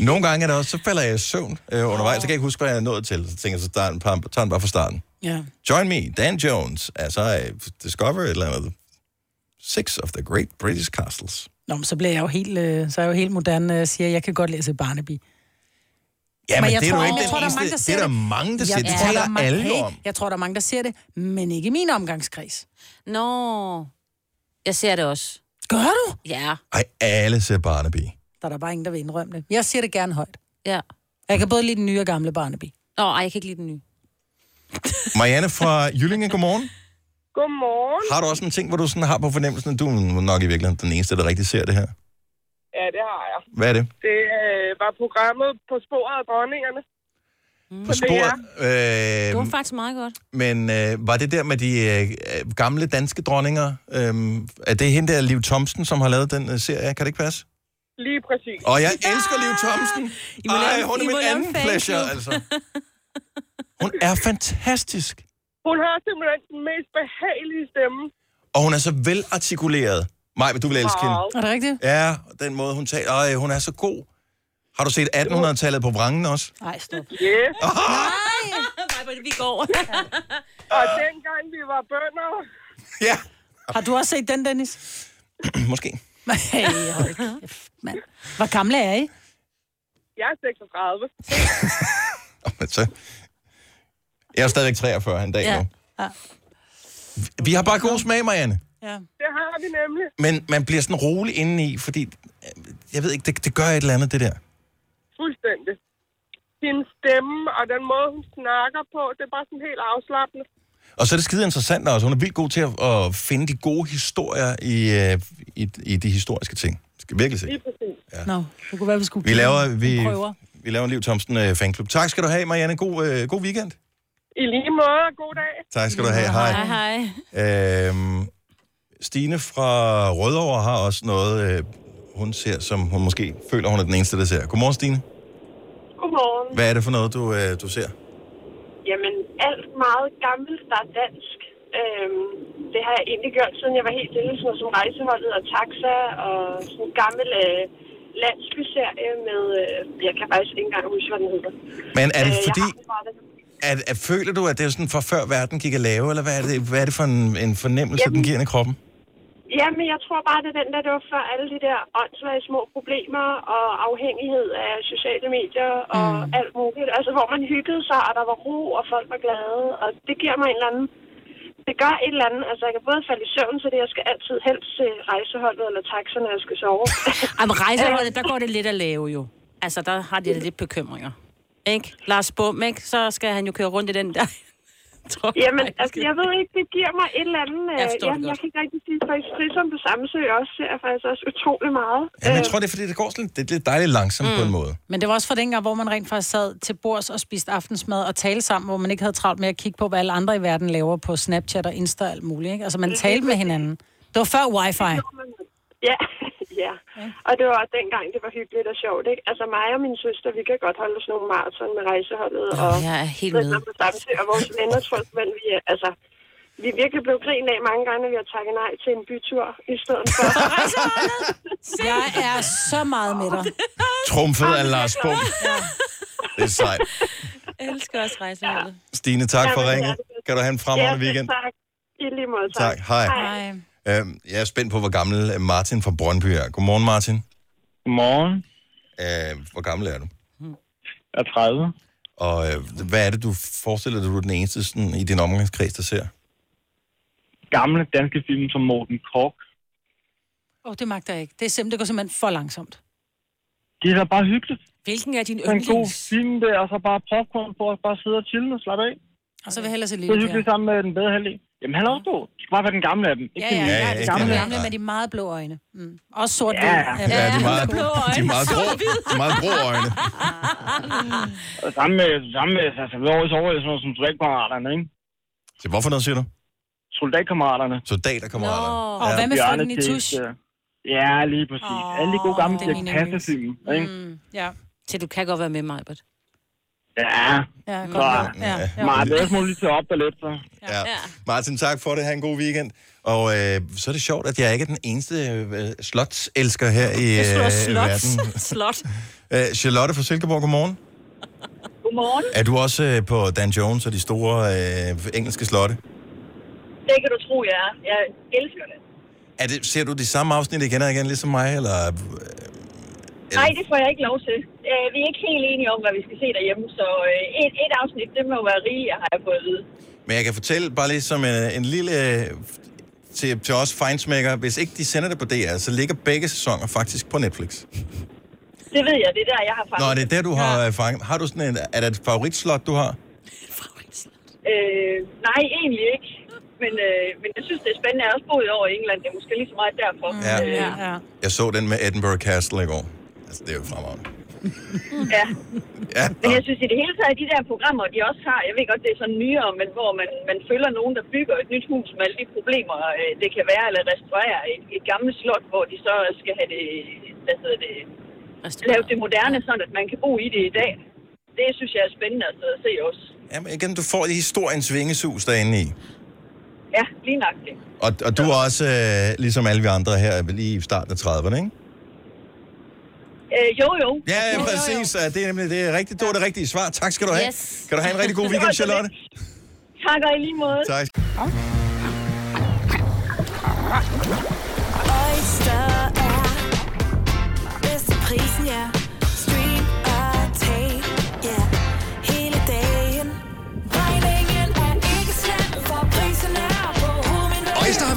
A: Nogle gange er det også, så falder jeg i søvn øh, undervejs, så kan jeg ikke huske, hvad jeg er nået til. Så tænker jeg, så tager den, bare- tager den bare fra starten.
B: Ja.
A: Join me, Dan Jones, altså øh, Discover et eller andet. Six of the Great British Castles.
B: Nå, men så bliver jeg jo helt, øh, så er jeg jo helt moderne og siger, at jeg kan godt læse Barnaby.
A: Ja, men
B: jeg
A: det er
B: tror-
A: jo ikke
B: jeg
A: den
B: tror, der er mange, der
A: eneste. Det
B: ser
A: er der mange, der ser det. Det
B: tror,
A: taler
B: der er mange-
A: alle
B: hey,
A: om.
B: Jeg tror, der er mange, der ser det, men ikke i min omgangskreds.
C: Nå, jeg ser det også.
B: Gør du?
C: Ja.
A: Ej, alle ser Barnaby.
B: Der er der bare ingen, der vil indrømme det. Jeg siger det gerne højt.
C: Ja.
B: Jeg kan både lide den nye og gamle Barnaby.
C: Nå, ej, jeg kan ikke lide den nye.
A: Marianne fra Jyllinge, godmorgen.
R: Godmorgen.
A: Har du også en ting, hvor du sådan har på fornemmelsen, at du er nok i virkeligheden den eneste, der rigtig ser det her?
R: Ja, det har jeg.
A: Hvad er det?
R: Det øh, var programmet På sporet af dronningerne.
A: På sporet.
C: Det var
A: Øh,
C: faktisk meget godt.
A: men øh, var det der med de øh, øh, gamle danske dronninger? Øh, er det hende der, Liv Thomsen, som har lavet den øh, serie? Kan det ikke passe?
R: Lige præcis.
A: Og jeg elsker Liv Thomsen.
R: I må
A: Ej,
R: lave-
A: hun er
R: I må
A: min
R: lave en
A: anden
R: fanklub.
A: pleasure, altså. Hun er fantastisk.
R: Hun har simpelthen den mest behagelige stemme.
A: Og hun er så velartikuleret. Maj, vil du vil elske hende.
R: Wow. Er det rigtigt?
A: Ja, den måde, hun taler. Ej, hun er så god. Har du set 1800-tallet på vrangen også?
B: Nej, stop.
R: Yeah.
C: Nej, nej, hvor er det, vi går.
R: Og dengang vi var bønder.
A: Ja.
B: Har du også set den, Dennis?
A: Måske.
B: Hey, hold kæft, mand. Hvor gamle er I?
R: Jeg er 36.
A: Men så... Jeg er stadigvæk 43 en dag
R: Ja.
A: nu.
B: Ja.
A: Vi har bare god smag, Marianne.
B: Ja.
R: Det har vi nemlig.
A: Men man bliver sådan rolig indeni, fordi... øh, Jeg ved ikke, det, det gør et eller andet, det der.
R: Fuldstændig. Hendes stemme og den måde, hun snakker på, det er bare sådan helt afslappende.
A: Og så er det skide interessant også. Hun er vildt god til at, at finde de gode historier i, øh, i, i de historiske ting. Skal virkelig se.
R: Lige præcis.
A: Ja.
B: Nå, det kunne være, vi skulle
A: Vi laver, vi,
B: prøver.
A: vi laver en Liv Thomsen øh, fanklub. Tak skal du have, Marianne. God, øh, god weekend.
R: I lige måde, og god dag.
A: Tak skal du have. Hej.
R: hej.
A: Øhm, Stine fra Rødovre har også noget, øh, hun ser, som hun måske føler, hun er den eneste, der ser. Godmorgen, Stine.
S: Godmorgen.
A: Hvad er det for noget, du, øh, du ser?
S: Jamen, alt meget gammelt, der er dansk. Øhm, det har jeg egentlig gjort, siden jeg var helt lille, sådan noget som rejseholdet og taxa, og sådan en gammel øh, landsbyserie med, øh, jeg kan faktisk ikke engang huske, hvad den hedder. Øh,
A: Men er det
S: jeg
A: fordi-
S: har det bare lidt-
A: At, at, føler du, at det er sådan fra før verden gik at lave, eller hvad er det, hvad er det for en, en fornemmelse, den giver ind i kroppen?
S: Jamen, jeg tror bare, det er den der, det var før alle de der åndssvage små problemer og afhængighed af sociale medier og mm. alt muligt. Altså, hvor man hyggede sig, og der var ro, og folk var glade, og det giver mig en eller anden... Det gør et eller andet. Altså, jeg kan både falde i søvn, så det jeg skal altid helst se rejseholdet eller taxa, når jeg skal sove.
C: Jamen,
S: Øh.
C: rejseholdet, der går det lidt at lave jo. Altså, der har de lidt bekymringer. Ikke? Lars Bum, ikke? Så skal han jo køre rundt i den der. Tror jeg
S: Jamen,
C: ikke.
S: altså, jeg ved ikke, det giver mig et eller andet...
C: Jeg
S: Jeg,
C: forstår det
S: jamen, jeg
C: godt.
S: kan ikke rigtig sige, faktisk Frisom på Samsø også ser jeg faktisk også utrolig meget. øh,
A: Ja,
C: øh.
A: men jeg tror, det er, fordi det går sådan lidt, det er lidt dejligt langsomt mm. på en måde.
B: Men det var også fra dengang, hvor man rent faktisk sad til bords og spiste aftensmad og talte sammen, hvor man ikke havde travlt med at kigge på, hvad alle andre i verden laver på Snapchat og Insta og alt muligt. Ikke? Altså, man talte med hinanden. Det var før wifi.
S: Ja, ja. Og det var også dengang, det var hyggeligt og sjovt, ikke? Altså mig og min søster, vi kan godt holde sådan nogle maraton med rejseholdet.
C: Nå,
S: og
C: jeg er helt
S: sidde
C: med.
S: sammen på Samsø, og vores venner, tror jeg, men vi, er- altså, vi er virkelig blevet grinet af mange gange, når vi har takket nej til en bytur i stedet for.
B: Jeg er så meget med dig.
A: Trumfet af Lars Bum. Det er sejt.
C: Jeg elsker også rejseholdet.
A: Stine, tak for
C: Jamen, det er
A: ringen. Kan du have en fremragende weekend?
S: tak. I lige måde, tak.
A: Tak. Hej. Hej. Øhm, jeg er spændt på, hvor gammel øh, Martin fra Brøndby er. Godmorgen, Martin.
T: Godmorgen.
A: Øh, hvor gammel er du?
P: Jeg er 30.
A: Og øh, hvad er det, du forestiller dig, du er den eneste sådan, i din omgangskreds, der ser?
P: Gamle danske film som Morten Kork.
B: Åh, oh, det magter jeg ikke. Det, er simpelthen, det går simpelthen for langsomt.
P: Det er da bare hyggeligt.
B: Hvilken er din
P: Det er en god film der, og så bare popcorn på, og bare sidde og chille og slappe af.
B: Og så vil jeg hellere se
P: Det er
B: Altså, Lille
P: hyggeligt sammen med den bedre halvdel. Jamen, han er også god. Det skal bare være den gamle af dem.
B: Ja, ja, ja, de gamle, gamle med de meget blå øjne. Mm. Også sort ja.
P: Ja, de er meget-
B: blå
P: de er
B: øjne.
P: meget grå.
B: Sort og hvid.
P: De er meget grå øjne. Og sammen med, sammen med altså, vi var også over i sådan noget som soldatkammeraterne, ikke?
A: Så hvorfor noget, siger du?
P: Soldatkammeraterne.
A: Soldaterkammerater.
P: Nå,
B: Og hvad med frygten i tusch?
P: Ja, lige præcis. Oh, Alle de gode gamle
C: det er
P: Dirk
C: min
P: Passer-film, ikke?
B: Mm, ja.
C: Så du kan godt være med mig, Britt.
P: Ja.
B: Ja,
P: Så,
B: ja,
A: ja.
P: Martin, ellers må du lige tage op der lidt, så.
A: Ja. Martin, tak for det. Ha' en god weekend. Og øh, så er det sjovt, at jeg ikke er den eneste øh, slotselsker her i
G: Jeg slår
A: øh,
G: slots.
A: verden.
G: Slot.
A: Øh, Charlotte fra Silkeborg, godmorgen.
T: Godmorgen.
A: Er du også øh, på Dan Jones og de store øh, engelske slotte?
T: Det kan du tro, jeg er. Jeg elsker det.
A: Er det, ser du de samme afsnit igen og igen, ligesom mig? Eller?
T: Nej, det får jeg ikke lov til. Øh, vi er ikke helt enige om, hvad vi skal se derhjemme, så øh, et, et afsnit, det må jo være rige, jeg har jeg fået at vide.
A: Men jeg kan fortælle bare lige som en, en lille... øh, Til, til os fejnsmækker, hvis ikke de sender det på DR, så ligger begge sæsoner faktisk på Netflix.
T: Det ved jeg, det er der, jeg har fanget.
A: Nå, er det der, du har ja. fanget? Har du sådan en, er det et favoritslot, du har?
T: Mm. Øh, nej, egentlig ikke. Men, øh, men jeg synes, det er spændende. Jeg har også boet over i England. Det er måske lige så meget derfor.
A: Ja.
T: Øh,
B: ja.
A: Jeg så den med Edinburgh Castle i går. Altså, det er jo fremragende.
T: ja.
A: Ja,
T: Men jeg synes i det hele taget, at de der programmer, de også har, jeg ved godt, det er sådan nyere, men hvor man, man følger nogen, der bygger et nyt hus med alle de problemer, øh, det kan være, eller restaurerer et, et gammelt slot, hvor de så skal have det, hvad hedder det, lave det moderne, sådan at man kan bo i det i dag. Det synes jeg er spændende at sidde og se også.
A: Jamen igen, du får historiens vingesus derinde i.
T: Ja, lige nok det.
A: Og, og du er også, øh, ligesom alle vi andre her, lige i starten af 30'erne, ikke?
T: Øh, jo, jo.
A: Ja, ja, præcis. Ja, Det er nemlig det er rigtigt. Det var det rigtige svar. Tak skal du have.
T: Yes.
A: Kan du have en rigtig god weekend, Charlotte?
T: Tak og i lige måde.
A: Tak.
G: Oyster er bedst til prisen, ja. Stream og tag, ja. Hele dagen. Regningen er ikke slem, for prisen er på hovedet.
H: Øjster har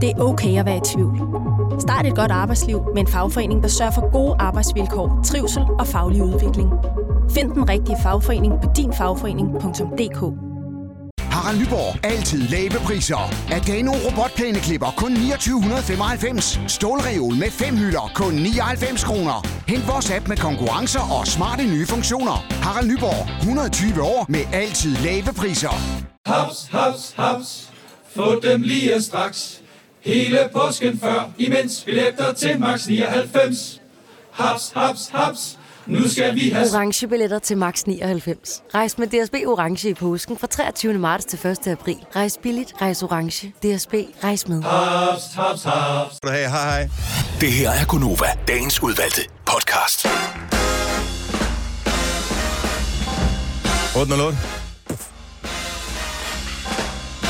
U: Det er okay at være i tvivl. Start et godt arbejdsliv med en fagforening, der sørger for gode arbejdsvilkår, trivsel og faglig udvikling. Find den rigtige fagforening på dinfagforening.dk.
V: Harald Nyborg. Altid lave priser. Adano robotplæneklipper kun 2995. Stålreol med fem hylder kun 99 kroner. Hent vores app med konkurrencer og smarte nye funktioner. Harald Nyborg. 120 år med altid lave priser.
W: Haps, haps, haps. Få dem lige straks. Hele påsken før, imens billetter til max 99. Haps, haps, haps. Nu skal vi have...
X: orange billetter til max 99. Rejs med DSB orange i påsken fra 23. marts til 1. april. Rejs billigt, rejs orange. DSB rejs med.
W: Haps, haps, haps.
A: Skal du have, hej hej.
H: Det her er Gunova, dagens udvalgte podcast.
A: 808.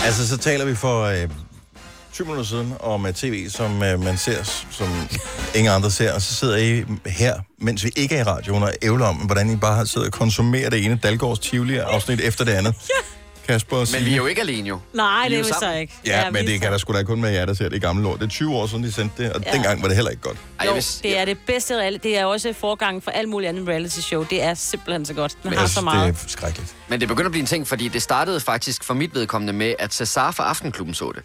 A: Altså, så taler vi for øh, 20 minutter siden om øh, tv, som øh, man ser, s- som ingen andre ser. Og så sidder I her, mens vi ikke er i radioen, og ævler om, hvordan I bare sidder og konsumerer det ene Dalgårds Tivoli-afsnit efter det andet. Ja. Kasper og
D: Men vi er jo ikke alene jo.
B: Nej, det
D: Vi er
B: er
D: jo
B: vi så
D: sammen.
B: ikke.
A: Ja, ja men det kan der sgu da kun være jer, der ser det gamle lort. Det er 20 år siden, de sendte det, og
C: Ja.
A: ja. dengang var det heller ikke godt.
D: Ej,
C: Jo, det er det bedste reality. Det er også forgangen for alt muligt andet reality show. Det er simpelthen så godt. Den har
A: altså,
C: så meget.
A: er skrækkeligt.
D: Men det begynder at blive en ting, fordi det startede faktisk for mit vedkommende med, at Cesar fra Aftenklubben så det.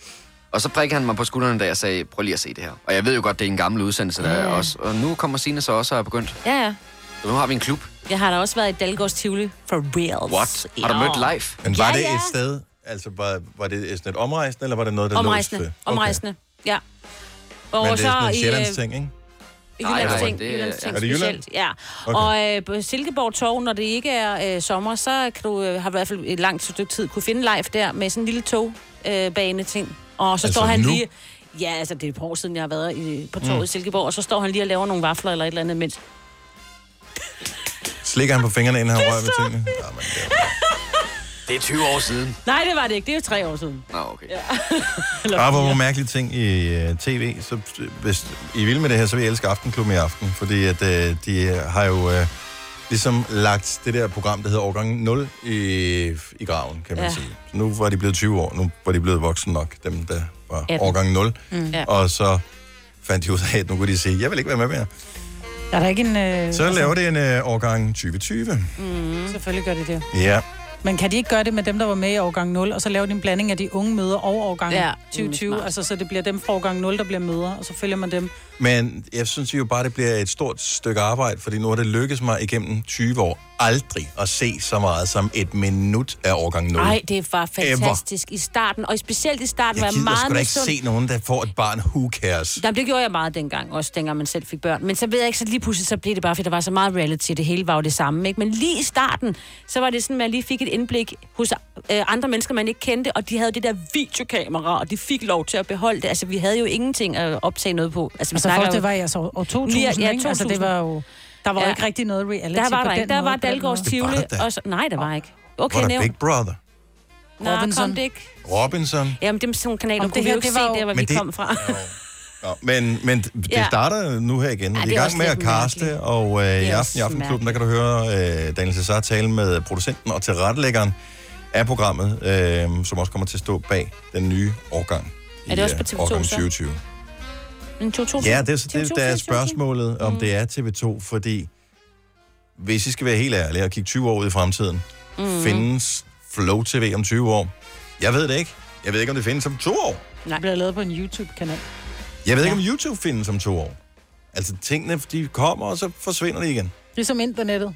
D: Og så prikkede han mig på skuldrene, da jeg sagde, prøv lige at se det her. Og jeg ved jo godt, det er en gammel udsendelse, der
C: Ja,
D: ja.
A: Mm.
C: ja.
D: også. Og nu kommer Signe så også og er begyndt.
C: Ja, ja.
D: Så nu har vi en klub.
C: Jeg har da også været i Dalgårds Tivoli for reals.
D: What? Har du
C: Ja.
D: mødt live?
A: Men var
C: Ja,
A: ja, det
C: ja.
A: et sted, altså var, var det sådan et omrejsende, eller var det noget, der
C: Omrejsende.
A: låste?
C: Omrejsende, ja.
A: Okay. Men det er
C: så
A: sådan en
C: i, øh,
A: Sjællandsting, ikke?
C: I
A: Nej, nej,
C: Jyllandsting,
A: det
C: det,
A: er-
C: Jyllandsting
A: Er det Jylland?
C: specielt, ja.
A: Okay.
C: Okay. Og øh, på Silkeborg Torv, når det ikke er øh, sommer, så kan du, øh, har du i hvert fald et langt stykke tid kunne finde live der med sådan en lille togbane øh, ting. Og så
A: Altså
C: står han
A: nu?
C: lige... Ja, altså det er et par år siden, jeg har været i, på torvet
A: Mm.
C: mm. i Silkeborg, og så står han lige og laver nogle vafler eller et eller andet, mens...
A: Slikker han på fingrene, inden han
C: Det
A: rører ved
C: så
A: tingene?
D: Det er 20 år siden.
C: Nej, det var det ikke. Det er jo tre år siden.
D: Nå, okay.
C: Ja.
A: Ah, hvor mærkelige ting i øh, tv. Så øh, hvis I vil med det her, så vil jeg elske Aftenklubben i aften, fordi at, øh, de øh, har jo øh, ligesom lagt det der program, der hedder Årgang 0 i, i graven, kan man
E: Ja.
A: ja. sige. Nu var de blevet 20 år, nu var de blevet voksne nok, dem der var
B: Atten.
A: Årgang 0.
B: Mm. Ja.
A: Og så fandt de ud af, at nu kunne de sige, jeg vil ikke være med mere.
B: Der er der ikke en... Øh,
A: Så laver de en øh, Årgang 2020.
C: Mm-hmm.
B: Mm. Selvfølgelig gør de det.
A: Ja.
B: Men kan de ikke gøre det med dem, der var med i årgang 0, og så lave de en blanding af de unge møder og årgang
C: Ja,
B: ja,
C: mm,
B: 2020?
C: smart.
B: Mm, altså, så det bliver dem fra årgang 0, der bliver møder, og så følger man dem.
A: Men jeg synes jo bare, det bliver et stort stykke arbejde, fordi nu har det lykkedes mig igennem 20 år aldrig at se så meget som et minut af årgang 0.
C: Nej, det var fantastisk i starten, og specielt i starten
A: Jeg
C: var jeg
A: gider sgu
C: meget
A: da ikke se nogen, der får et barn. Who cares?
C: Jamen, det gjorde jeg meget dengang, også dengang man selv fik børn. Men så ved jeg ikke, så lige pludselig så blev det bare, fordi der var så meget reality, det hele var jo det samme. Ikke? Men lige i starten, så var det sådan, at man lige fik et indblik hos øh, andre mennesker, man ikke kendte, og de havde det der videokamera, og de fik lov til at beholde det. Altså, vi havde jo ingenting at optage noget på. Altså, vi
B: Altså,
C: snakker
B: folk,
C: jo-
B: det var i altså, år 2000,
C: Ja,
B: ja,
C: ja,
B: ikke? Altså, det
C: 2000.
B: var jo... Der var jo
C: Ja.
B: ikke rigtig noget reality
C: Der var
B: på
C: der
B: den
C: ikke. Der
B: måde,
C: var
B: på den
C: Dalgårds
B: måde.
C: Tivoli. Og så, nej, der var ikke.
A: Hvor
C: Okay,
A: er der
C: nævn.
A: Big Brother?
C: Nej,
B: Robinson.
C: kom det ikke.
A: Robinson?
C: Jamen, dem sådan nogle kanaler
B: Om det
C: kunne vi
B: her,
C: jo ikke
B: det
C: se
B: var jo-
C: der, hvor
A: Men
C: vi
A: det-
C: kom fra.
A: Nå, men, men det
C: Ja.
A: starter nu her igen.
C: Ja,
A: Ja,
C: det
A: vi er
C: er
A: i
C: også
A: gang med at
C: lidt
A: kaste, og øh, i
C: Det er
A: aften i
C: også
A: Aftenklubben, der kan du høre øh, Daniel Cesar tale med producenten og tilrettelæggeren af programmet, øh, som også kommer til at stå bag den nye årgang.
C: Er det
A: i,
C: også
A: øh,
C: på TV2
A: Årgang
C: så?
A: 2020.
C: Men 2000?
A: Ja, det, er- det,
C: TV2,
A: det er
C: TV2.
A: spørgsmålet,
C: Mm.
A: om det er TV2, fordi hvis I skal være helt ærlige og kigge 20 år ud i fremtiden,
C: Mhm.
A: mm. findes Flow TV om 20 år? Jeg ved det ikke. Jeg ved ikke, om det findes om to år.
B: Nej. Det blev lavet på en YouTube-kanal.
A: Jeg ved ja. ikke, om YouTube findes om to år. Altså, tingene, de kommer, og så forsvinder de igen.
B: Ligesom internettet.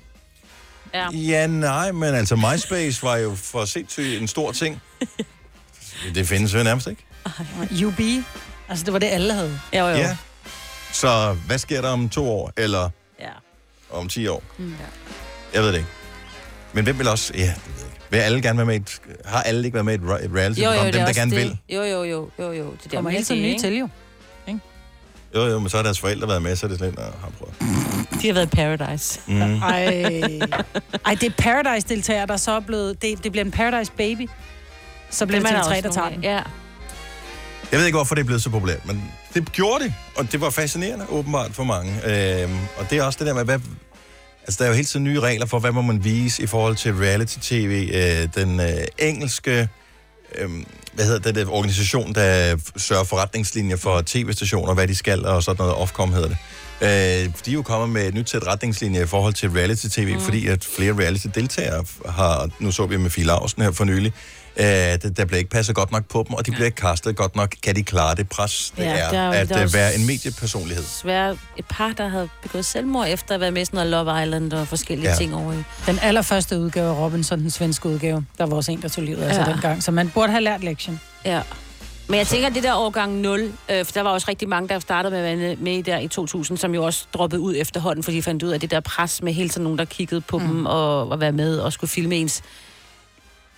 C: Ja.
A: Ja, nej, men altså, MySpace var jo for sindssygt en stor ting. Det findes jo nærmest ikke.
B: UB. Altså, det var det, alle havde.
C: Jo, jo.
A: Ja. Så hvad sker der om to år, eller
C: Ja.
A: om 10 år?
C: Mm.
A: Jeg ved det ikke. Men hvem vil også... Ja, det ved jeg ikke. Vil alle gerne være med i et, Har alle ikke været med i et ra- et reality
C: Jo, jo,
A: program?
C: det er
A: Dem, der
C: også
A: gerne
C: det.
A: vil.
C: Jo, jo, jo, jo, jo. Det
B: Der kommer hele tiden nye til, jo.
A: Jo, jo, men så har deres forældre været med, så er det sådan, at han prøver.
C: De har været i Paradise.
B: Ej.
A: Mm.
B: Ej, det er Paradise-deltager, der så er blevet... Det, det bliver en Paradise-baby. Så bliver
C: Dem
B: det
C: er der
B: TV3,
C: også
B: der tager den.
C: Ja.
A: Jeg ved ikke, hvorfor det er blevet så populært, men det gjorde det, og det var fascinerende åbenbart for mange. Øhm, og det er også det der med, hvad, altså der er jo hele tiden nye regler for, hvad må man vise i forhold til reality-tv. Øh, den øh, engelske, øh, hvad hedder det, der organisation, der sørger for retningslinjer for tv-stationer, hvad de skal og sådan noget, Ofcom hedder det. Øh, de er jo kommet med et nyt sæt retningslinjer i forhold til reality-tv, mm. fordi at flere reality-deltagere har, nu så vi med Fie Lausen her for nylig, øh, der, der bliver ikke passet godt nok på dem, og de bliver ikke kastet godt nok. Kan de klare det pres, det
C: Ja,
A: ja, er,
C: der er jo-
A: at
C: der er
A: øh,
C: jo
A: være en mediepersonlighed?
C: Desværre et par, der havde begået selvmord efter at være med i sådan noget Love Island og forskellige
A: Ja.
C: ja. ting over i.
B: Den allerførste udgave af Robinson, den svenske udgave, der var også en, der tog livet af sig
C: Ja.
B: dengang. Så man burde have lært lektien.
C: Ja. Men jeg tænker, at det der årgang 0, øh, for der var også rigtig mange, der startede med at være med i der i 2000, som jo også droppede ud efterhånden, fordi de fandt ud af det der pres med hele tiden nogen, der kiggede på mm. dem og, og være med og skulle filme ens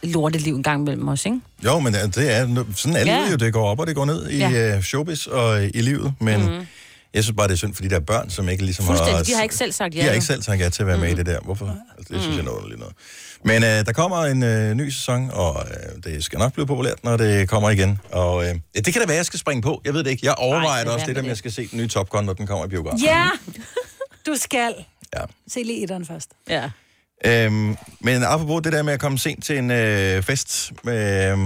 C: lorteliv en gang imellem os, ikke?
A: Jo, men det er, sådan er
C: Ja.
A: livet jo. Det går op, og det går ned i
C: Ja.
A: ja. showbiz og i livet, men... Mm. Jeg synes bare, det er synd for de der børn, som ikke ligesom har...
C: Fuldstændig. De har ikke selv sagt ja,
A: De har
C: jo.
A: ikke selv sagt ja til at være med i det der. Hvorfor? Altså, det synes jeg er noget underligt noget. Men øh, der kommer en øh, ny sæson, og øh, det skal nok blive populært, når det kommer igen. Og øh, ja, det kan da være, jeg skal springe på. Jeg ved det ikke. Jeg
B: Ej,
A: overvejer
B: lad
A: det også
B: være
A: lidt,
B: med
A: om
B: det.
A: jeg skal se den nye Top Gun, når den kommer i biografen.
B: Ja! Du skal.
A: Ja.
B: Se lige etteren først.
C: Ja.
A: Øhm, men apropos det der med at komme sent til en øh, fest, øh,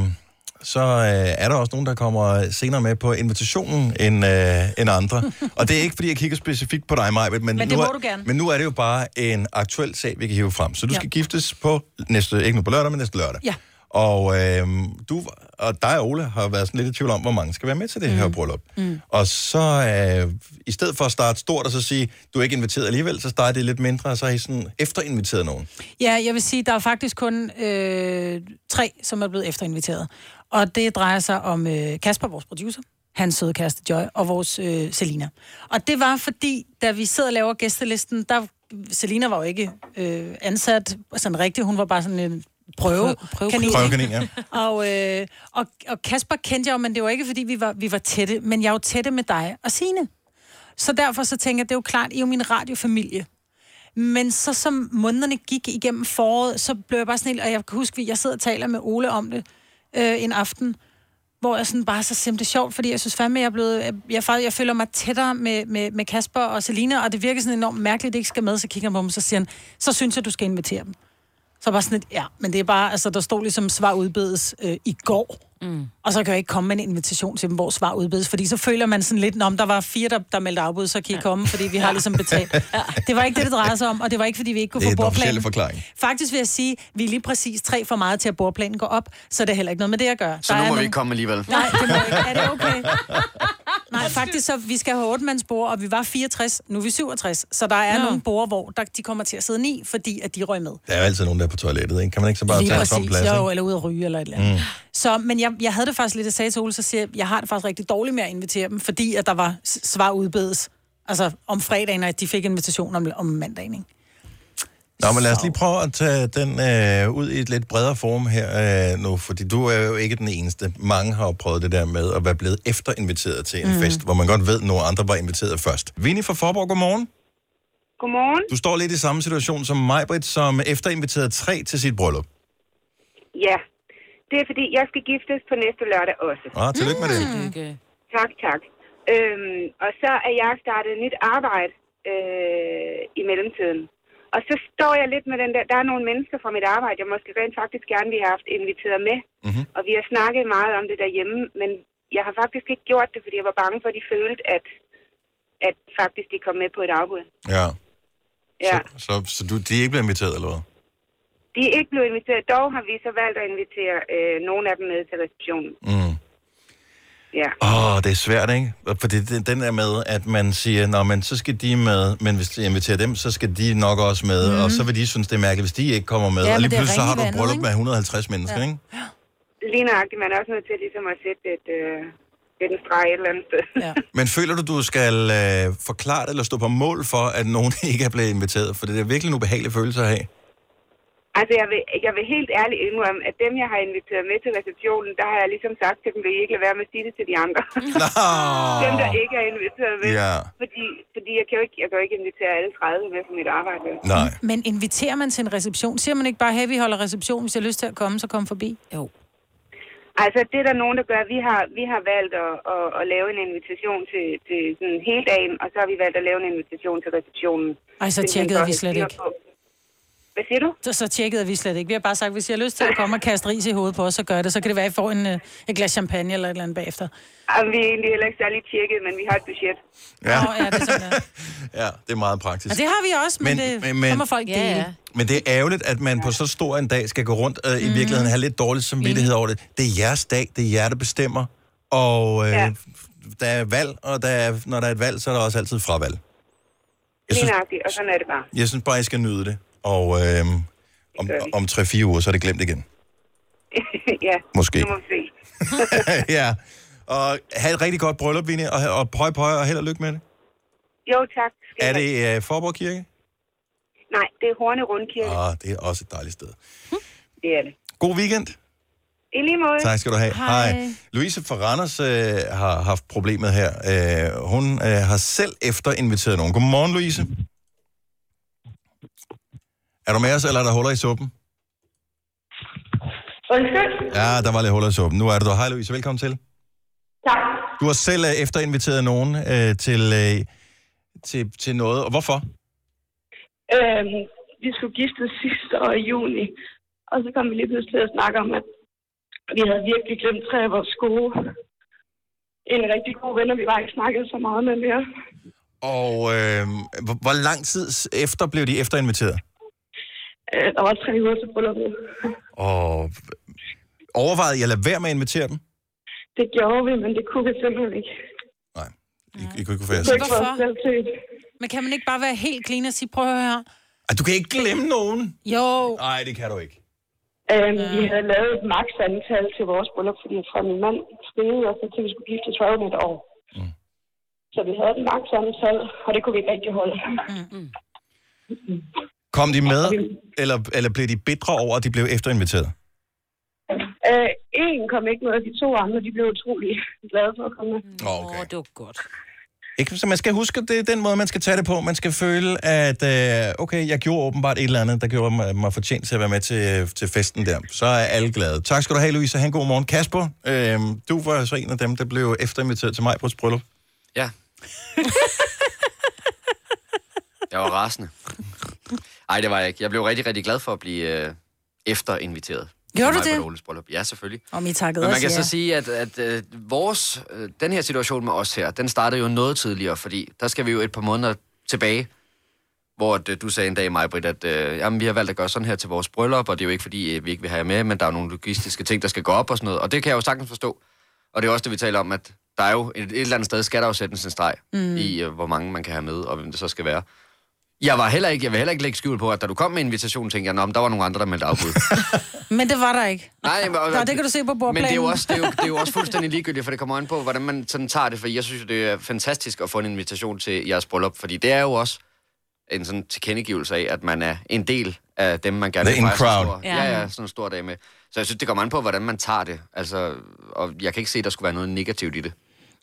A: så øh, er der også nogen, der kommer senere med på invitationen end, øh, end andre. Og det er ikke, fordi jeg kigger specifikt på dig, Maja, men,
B: Men det
A: nu
B: må
A: er,
B: du gerne.
A: men nu er det jo bare en aktuel sag, vi kan hive frem. Så du
B: Ja.
A: ja. skal giftes på næste, ikke nu på lørdag, men næste lørdag.
B: Ja.
A: Og, øh, du, og dig og Ole har været sådan lidt i tvivl om, hvor mange skal være med til det mm. her bryllup. Mm. Og så øh, i stedet for at starte stort og så sige, du er ikke inviteret alligevel, så starter det lidt mindre, og så har I sådan efterinviteret nogen.
B: Ja, jeg vil sige, der er faktisk kun øh, tre, som er blevet efterinviteret. Og det drejer sig om øh, Kasper, vores producer, hans søde kæreste Joy, og vores øh, Selina. Og det var fordi, da vi sidder og laver gæstelisten, der, Selina var jo ikke øh, ansat sådan rigtigt, hun var bare sådan en prøve,
A: Prøve- prøvekanin, ja.
B: og, øh, og, og Kasper kendte jeg jo, men det var ikke, fordi vi var, vi var tætte, men jeg er jo tætte med dig og Sine. Så derfor så tænker jeg, det er jo klart, I er jo min radiofamilie. Men så som månederne gik igennem foråret, så blev jeg bare sådan helt, og jeg kan huske, at jeg sidder og taler med Ole om det øh, en aften, hvor jeg sådan bare så simpelthen det er sjovt, fordi jeg synes fandme, jeg er blevet, jeg, jeg, far- jeg føler mig tættere med, med, med Kasper og Selina, og det virker sådan enormt mærkeligt, at det ikke skal med, så kigger jeg på dem, så siger han, så synes jeg, du skal invitere dem. Så bare sådan et, ja, men det er bare, altså der stod ligesom svar udbedes øh, i går, Mm. og så kan jeg ikke komme med en invitation til dem, hvor svar udbedes, fordi så føler man sådan lidt, om der var fire, der, der meldte afbud, så kan I komme, fordi vi har ligesom betalt. Ja. Det var ikke det, det drejede sig om, og det var ikke, fordi vi ikke kunne
A: Det er
B: få
A: den officielle
B: bordplanen.
A: forklaring.
B: Faktisk vil jeg sige, vi er lige præcis tre for meget til, at bordplanen går op, så det er heller ikke noget med det at gøre.
D: Så
B: Der
D: nu
B: er
D: må vi
B: nogle-
D: ikke komme alligevel.
B: Nej, det må ikke. Er det okay? Nej, faktisk så, vi skal have otte-mandsbord, og vi var 64, nu er vi 67, så der er nogle bord, hvor der, de kommer til at sidde ni, fordi at de røg med.
A: Der er jo altid nogen, der er på toilettet, ikke? Kan man ikke så bare tage en tom plads,
B: jo,
A: ikke?
B: eller ud at ryge eller et eller andet.
A: Mm.
B: Mm. Så, men jeg, jeg havde det faktisk lidt, jeg sagde til Ole, så siger jeg, jeg har det faktisk rigtig dårligt med at invitere dem, fordi at der var s- svar udbedes, altså om fredagen, og at de fik invitation om, om mandagen, ikke?
A: Nå, men lad os lige prøve at tage den øh, ud i et lidt bredere form her øh, nu, fordi du er jo ikke den eneste. Mange har jo prøvet det der med at være blevet efterinviteret til en
E: Mm.
A: mm. fest, hvor man godt ved, at nogle andre var inviteret først. Vinnie fra Forborg, godmorgen.
E: Godmorgen.
A: Du står lidt i samme situation som Majbrit, som efterinviterede tre til sit bryllup.
E: Ja, det er fordi, jeg skal giftes på næste lørdag også.
A: Ah, tillykke med det. Mm.
E: Tak, tak. Øhm, og så er jeg startet nyt arbejde øh, i mellemtiden. Og så står jeg lidt med den der, der er nogle mennesker fra mit arbejde, jeg måske rent faktisk gerne ville have haft inviteret med.
A: Mm-hmm.
E: Og vi har snakket meget om det derhjemme, men jeg har faktisk ikke gjort det, fordi jeg var bange for, at de følte, at, at faktisk de kom med på et afbud.
A: Ja.
E: Ja.
A: Så, så du, de er ikke blevet inviteret, eller hvad?
E: De er ikke blevet inviteret, dog har vi så valgt at invitere øh, nogle af dem med til receptionen.
A: Mm.
E: Ja.
A: Åh, oh, det er svært, ikke? Fordi det- den er med, at man siger, Nå, men så skal de med, men hvis de inviterer dem, så skal de nok også med,
B: Mhm.
A: mm. og så vil de synes, det er mærkeligt, hvis de ikke kommer med.
E: Ja,
A: og
E: men
A: lige
E: det er
A: pludselig så har
E: ringe
A: du
E: i
A: et
E: vandet,
A: bryllup
E: ikke?
A: med 150 mennesker, ja. ikke?
E: Lige nøjagtigt, man er også nødt til ligesom at sætte et, øh, lidt en streg et eller andet sted. Ja.
A: Men føler du, du skal øh, forklare det, eller stå på mål for, at nogen ikke er blevet inviteret? For det er virkelig en ubehagelig følelse at have.
E: Altså, jeg vil, jeg vil helt ærligt indrømme, at dem, jeg har inviteret med til receptionen, der har jeg ligesom sagt til dem, vil I ikke lade være med at sige det til de andre.
A: Nå.
E: dem, der ikke er inviteret med.
A: Ja.
E: Fordi, fordi jeg kan jo ikke, jeg kan jo ikke invitere alle 30 med på mit arbejde.
A: Nej.
B: Men inviterer man til en reception? Siger man ikke bare, hey, vi holder reception, hvis jeg har lyst til at komme, så kom forbi? Jo.
E: Altså, det er der nogen, der gør. Vi har, vi har valgt at, at, at lave en invitation til, til sådan hele dagen, og så har vi valgt at lave en invitation til receptionen.
B: Ej, så
E: Det er
B: tjekkede
E: sådan,
B: vi slet
E: har
B: ikke.
E: på. Hvad siger du?
B: Så, så tjekkede vi slet ikke. Vi har bare sagt, hvis I har lyst til at komme og kaste ris i hovedet på os, så gør det. Så kan det være, at I får en, øh, et glas champagne eller et eller andet bagefter.
E: Jamen, vi er egentlig heller ikke særlig tjekket, men vi har et budget.
A: Ja.
B: Nå, ja, det er sådan,
A: ja, det er meget praktisk.
B: Og det har vi også, men, men, det, men, men så må folk dele. Ja, ja.
A: Men det er ærgerligt, at man på så stor en dag skal gå rundt øh,
B: Mhm.
A: i virkeligheden have lidt dårlig samvittighed over det. Det er jeres dag, det er jer, der bestemmer. Og øh,
E: Ja.
A: ja. der er valg, og der er, når der er et valg, så er der også altid fravalg. Jeg
E: Lige
A: synes,
E: nøjagtigt, og sådan er det bare.
A: jeg synes bare, I skal nyde det. Og øh, om, om 3-4 uger, så er det glemt igen.
E: ja,
A: Måske.
E: nu må vi se.
A: ja. Og have et rigtig godt bryllup, Vinnie, og, og pøj, pøj, og held og lykke med det.
E: Jo, tak.
A: Er det øh, Forborg Kirke?
E: Nej, det er Horne Rundkirke.
A: Ah, det er også et dejligt sted.
E: Det er det.
A: God weekend.
E: I lige måde.
A: Tak skal du have. Louise fra Randers øh, har haft problemet her. Øh, hun øh, har selv efter inviteret nogen. Godmorgen, Louise. Er du med os, eller er der huller i suppen?
F: Undskyld.
A: Ja, der var lidt huller i suppen. Nu er det du. Hej, Louise. Velkommen til.
F: Tak.
A: Du har selv øh, efter inviteret nogen øh, til, øh, til, til noget. Og hvorfor?
F: Øhm, vi skulle giftes sidste år i juni, og så kom vi lige pludselig til at snakke om, at vi havde virkelig glemt tre af vores gode. En rigtig god venner, vi bare ikke snakket så meget med mere.
A: Og øh, hvor, hvor lang tid efter blev de efterinviteret?
F: Øh, der var tre uger til brylluppet.
A: Og overvejede jeg at lade være med at invitere dem?
F: Det gjorde vi, men det kunne vi simpelthen ikke.
A: I, I kunne ikke få jer
F: Det
A: selv.
F: var vores selvtid.
B: Men kan man ikke bare være helt clean og sige, prøv at høre her.
A: Ej, Ah, Du kan ikke glemme nogen.
B: Jo.
A: Nej, det kan du ikke.
F: Øhm, vi havde lavet et maks antal til vores bryllup, fordi fra min mand spillede, og så til vi skulle giftes var jo om et år.
C: Mm,
F: Så vi havde et maks antal, og det kunne vi ikke rigtig holde.
A: Kom de med, eller, eller blev de bitre over, at de blev efterinviteret?
F: Øh, en kom ikke med, og de to andre, de blev utrolig glade for at komme med.
A: Åh, okay.
C: det var godt.
A: Ikke? Så man skal huske, at det er den måde, man skal tage det på. Man skal føle, at øh, okay, jeg gjorde åbenbart et eller andet, der gjorde mig, mig fortjent til at være med til, til festen der. Så er alle glade. Tak skal du have, Louise. Han god morgen. Kasper, øh, du var så en af dem, der blev efterinviteret til mig på et bryllup.
D: Ja. Jeg var rasende. Nej, det var jeg ikke. Jeg blev rigtig, rigtig glad for at blive øh, efterinviteret.
B: Gjorde du
D: Til mig
B: det?
D: på Lottes bryllup. Ja, selvfølgelig.
B: Om I takkede
D: Men man
B: os,
D: kan
B: ja.
D: så sige, at, at øh, vores, øh, den her situation med os her, den startede jo noget tidligere, fordi der skal vi jo et par måneder tilbage, hvor at, øh, du sagde en dag, mig, Britt, at øh, jamen, vi har valgt at gøre sådan her til vores bryllup, og det er jo ikke fordi, øh, vi ikke vil have jer med, men der er nogle logistiske ting, der skal gå op og sådan noget. Og det kan jeg jo sagtens forstå. Og det er også det, vi taler om, at der er jo et, et eller andet sted, skal der jo sættes en streg
Y: Mm.
D: mm. i, øh, hvor mange man kan have med, og hvem det så skal være. Jeg var heller ikke, jeg vil heller ikke lægge skjul på, at da du kom med invitationen, tænkte jeg, "Nå, men der var nogle andre, der meldte afbud.
B: Men det var der ikke.
D: Nej, men,
B: Nå, det kan du se på bordplanen.
D: Men det er jo også, det er jo, det er jo også fuldstændig ligegyldigt, for det kommer an på, hvordan man sådan tager det. For jeg synes jo, det er fantastisk at få en invitation til jeres bryllup, fordi det er jo også en sådan tilkendegivelse af, at man er en del af dem, man gerne
A: The in
D: fejre sådan en
A: crowd.
D: Stor, ja, ja, sådan en stor dag med. Så jeg synes, det kommer an på, hvordan man tager det. Altså, og jeg kan ikke se, at der skulle være noget negativt i det.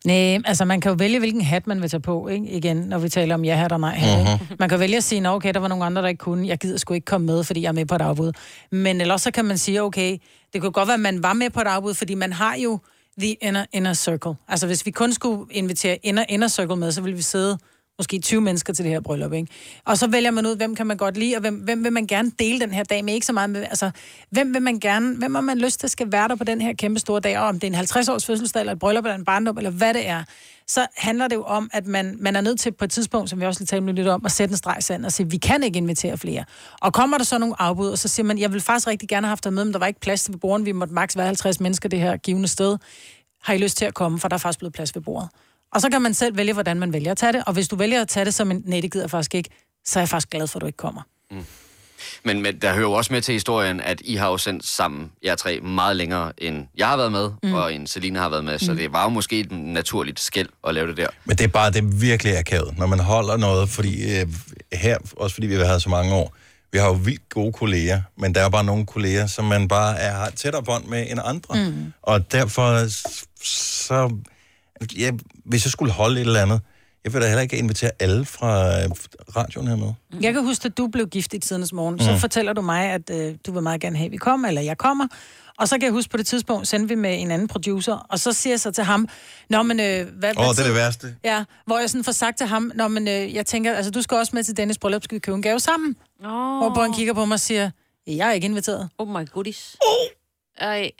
B: Nej, altså man kan jo vælge, hvilken hat man vil tage på, ikke? Igen, når vi taler om ja-hat og nej-hat.
D: Mhm.
B: Mm-hmm. Man kan vælge at sige, "Nå, okay, der var nogle andre, der ikke kunne. Jeg gider sgu ikke komme med, fordi jeg er med på et afbud. Men ellers så kan man sige, okay, det kunne godt være, at man var med på et afbud, fordi man har jo the inner, inner circle. Altså hvis vi kun skulle invitere inner, inner circle med, så ville vi sidde måske 20 mennesker til det her bryllup, ikke? Og så vælger man ud, hvem kan man godt lide, og hvem, hvem vil man gerne dele den her dag med? Ikke så meget med, altså, hvem vil man gerne, hvem har man lyst til skal være der på den her kæmpe store dag, og om det er en 50-års fødselsdag, eller et bryllup, eller en barndom, eller hvad det er, så handler det jo om, at man, man er nødt til på et tidspunkt, som vi også lige talte lidt om, at sætte en streg i sandet og sige, vi kan ikke invitere flere. Og kommer der så nogle afbud, og så siger man, jeg vil faktisk rigtig gerne have haft dig med, men der var ikke plads til ved bordene, vi måtte maks være 50 mennesker det her givende sted. Har I lyst til at komme, for der er faktisk blevet plads ved bordet. Og så kan man selv vælge, hvordan man vælger at tage det. Og hvis du vælger at tage det som en, nej, det gider jeg faktisk ikke, så er jeg faktisk glad for, at du ikke kommer.
D: Men, men der hører jo også med til historien, at I har jo sendt sammen, jer tre, meget længere, end jeg har været med,
B: Mm.
D: mm. og end Selina har været med. Så
A: Mm.
D: det var jo måske et naturligt skæld at lave det der.
A: Men det er bare, det er virkelig akavet, når man holder noget, fordi øh, her, også fordi vi har været så mange år, vi har jo vildt gode kolleger, men der er bare nogle kolleger, som man bare er, har et tættere bånd med end andre. Mm. Og derfor, s- så, ja, hvis jeg skulle holde et eller andet, jeg vil da heller ikke invitere alle fra øh, radioen her med.
C: Mm.
B: Jeg kan huske, at du blev gift i tidens morgen. Så
A: Mm.
B: fortæller du mig, at øh, du vil meget gerne have, at vi kommer, eller jeg kommer. Og så kan jeg huske, på det tidspunkt sendte vi med en anden producer, og så siger jeg så til ham, Nå, men øh, hvad...
A: Åh,
B: hvad
A: det er
B: tid-"
A: det værste.
B: Ja, hvor jeg sådan får sagt til ham, Nå, men øh, jeg tænker, altså du skal også med til Dennis bryllup, skal vi købe en gave sammen?
C: Oh.
B: Hvor han kigger på mig og siger, jeg er ikke inviteret.
C: Oh my goodies. Oh. Ej.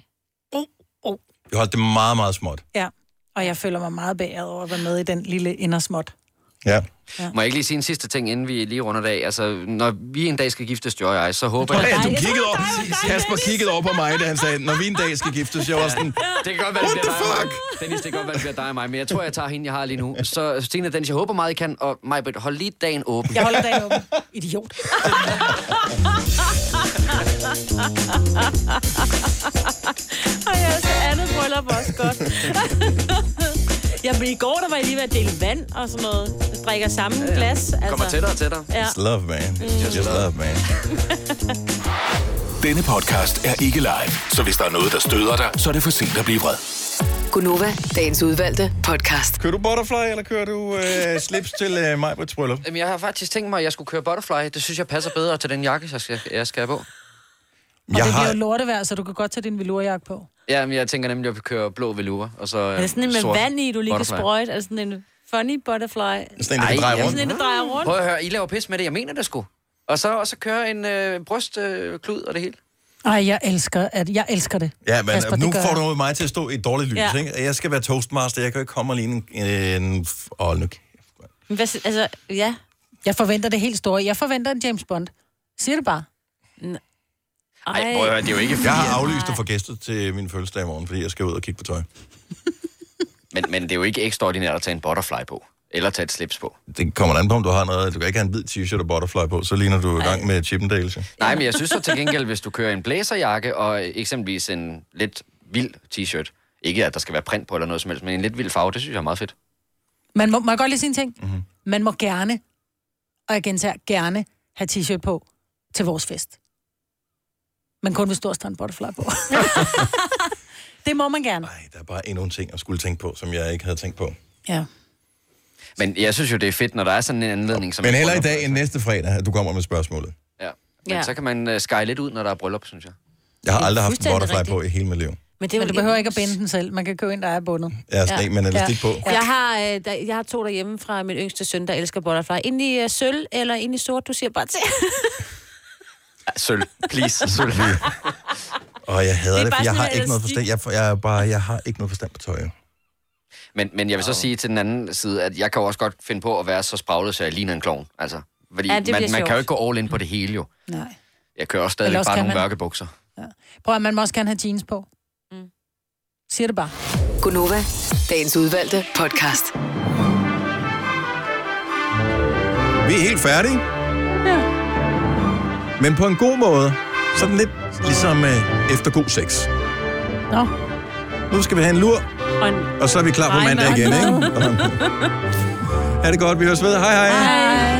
B: Oh. Oh.
A: Vi holdt det meget, meget småt.
B: Ja, og jeg føler mig meget beæret over at være med i den lille indersmåt.
A: Ja.
B: Ja.
D: Må jeg ikke lige sige en sidste ting, inden vi lige runder det af? Altså, når vi en dag skal giftes, Joy og jeg, så håber jeg...
A: Ja, du kiggede over, Kasper kiggede over på mig, da han sagde, når vi en dag skal giftes, jeg var sådan,
D: Det kan godt være, det bliver dig og mig. Dennis, det kan godt være, det bliver dig og mig, men jeg tror, jeg tager hende, jeg har lige nu. Så Stine og Dennis, jeg håber meget, I kan, og mig, hold lige dagen åben.
B: Jeg holder dagen åben. Idiot.
C: Og jeg så andet bryllup også godt. ja, men i går, der var jeg lige ved at dele vand og sådan noget. Jeg drikker samme ja, ja. glas. Altså.
D: Kommer tættere og tættere.
C: Ja. Mm.
A: It's love, man. It's just love, man.
H: Denne podcast er ikke live, så hvis der er noget, der støder dig, så er det for sent at blive vred.
K: Gunova, dagens udvalgte podcast.
A: Kører du butterfly, eller kører du øh, slips til øh, mig på bryllup?
D: Jamen, jeg har faktisk tænkt mig, at jeg skulle køre butterfly. Det synes jeg passer bedre til den jakke, jeg skal, jeg skal have på.
B: Og jeg
D: Jeg
B: det bliver
D: har-
B: jo lortevejr, så du kan godt tage din velurjakke på.
D: Ja, men jeg tænker nemlig, at vi kører blå veluva, og så...
C: Er det sådan en med vand i, du lige kan sprøjte? Er det altså sådan en funny butterfly?
D: Sådan en, der kan dreje rundt.
C: Sådan en, der drejer rundt.
D: Prøv at høre, I laver pis med det. Jeg mener det sgu. Og så, og så kører en øh, brystklud øh, klud og det hele.
B: Ej, jeg elsker, at jeg elsker det.
A: Ja, men
B: Kasper,
A: Kasper,
B: det
A: nu
B: gør
A: får
B: jeg.
A: du mig til at stå i et dårligt lys,
C: Ja.
A: ja. ikke? Jeg skal være toastmaster, jeg kan jo ikke komme og ligne en... øh, en åh, nu
C: Men Hvad, si- altså, ja.
B: Jeg forventer det helt store. Jeg forventer en James Bond. Siger det bare.
D: Ej, Ej. prøv at høre, det er jo ikke fordi,
A: Jeg har
D: at-
A: aflyst at få gæster til min fødselsdag i morgen, fordi jeg skal ud og kigge på tøj.
D: Men, men det er jo ikke ekstraordinært at tage en butterfly på. Eller tage et slips på.
A: Det kommer an på, om du har noget. Du kan ikke have en hvid t-shirt og butterfly på, så ligner du i gang med Chippendales. jo.
D: Nej, men jeg synes så til gengæld, hvis du kører en blæserjakke og eksempelvis en lidt vild t-shirt. Ikke at der skal være print på eller noget som helst, men en lidt vild farve, det synes jeg er meget fedt.
B: Man
A: Mhm.
B: må, må jeg godt lige sige en ting? Mm-hmm. Man må gerne, og jeg gentager, gerne have t-shirt på. til vores fest. Men kun hvis du har Strand Butterfly på. det må man gerne.
A: Der er bare endnu en ting, jeg skulle tænke på, som jeg ikke havde tænkt på.
B: Ja.
D: Men jeg synes jo, det er fedt, når der er sådan en anledning. Som
A: Men
D: et
A: heller i
D: bryllup.
A: dag end næste fredag, at du kommer med spørgsmålet.
D: Ja. Men
C: Ja.
D: ja. så kan man uh, sky lidt ud, når der er bryllup, synes jeg.
A: Jeg har aldrig haft en
B: fuldstændig
A: butterfly
B: rigtigt.
A: på i hele mit liv.
C: Men,
B: det men du behøver ikke at binde den selv. Man kan købe en, der er bundet.
A: Ja, sådan en med en elastik på.
C: Jeg har, øh, der, jeg har to derhjemme fra min yngste søn, der elsker butterfly. Ind i øh, sølv eller ind i sort, du siger bare til.
D: Ja, sølv. Please, sølv.
A: Og jeg hader
D: Det er
A: det,
D: bare
A: for jeg
D: sådan
A: har
D: en
A: ikke noget forstand. Jeg, jeg, er bare, jeg har ikke noget forstand på tøj. jo.
D: men, men jeg vil så sige til den anden side, at jeg kan jo også godt finde på at være så spraglet, så jeg ligner en klovn. Altså, fordi
B: Ja,
D: ja,
B: det bliver
D: man, man
B: sjovt.
D: kan jo ikke gå all in på det hele jo.
B: Nej.
D: Jeg kører også
B: Eller
D: stadig
B: også
D: bare
B: kan
D: nogle
B: man.
D: mørke bukser.
B: Prøv at man må også gerne have jeans på. Mm. Siger det bare.
K: Gunova, dagens udvalgte podcast.
A: Vi er helt færdige. Ja. Men på en god måde. Sådan lidt ligesom øh, efter god sex.
B: Nå.
A: Nu skal vi have en lur,
C: Og en
A: og så er vi klar på
C: Nej,
A: mandag
C: nej,
A: igen,
C: nej.
A: ikke? Ha' det godt, vi høres ved. Hej hej.
C: Hej.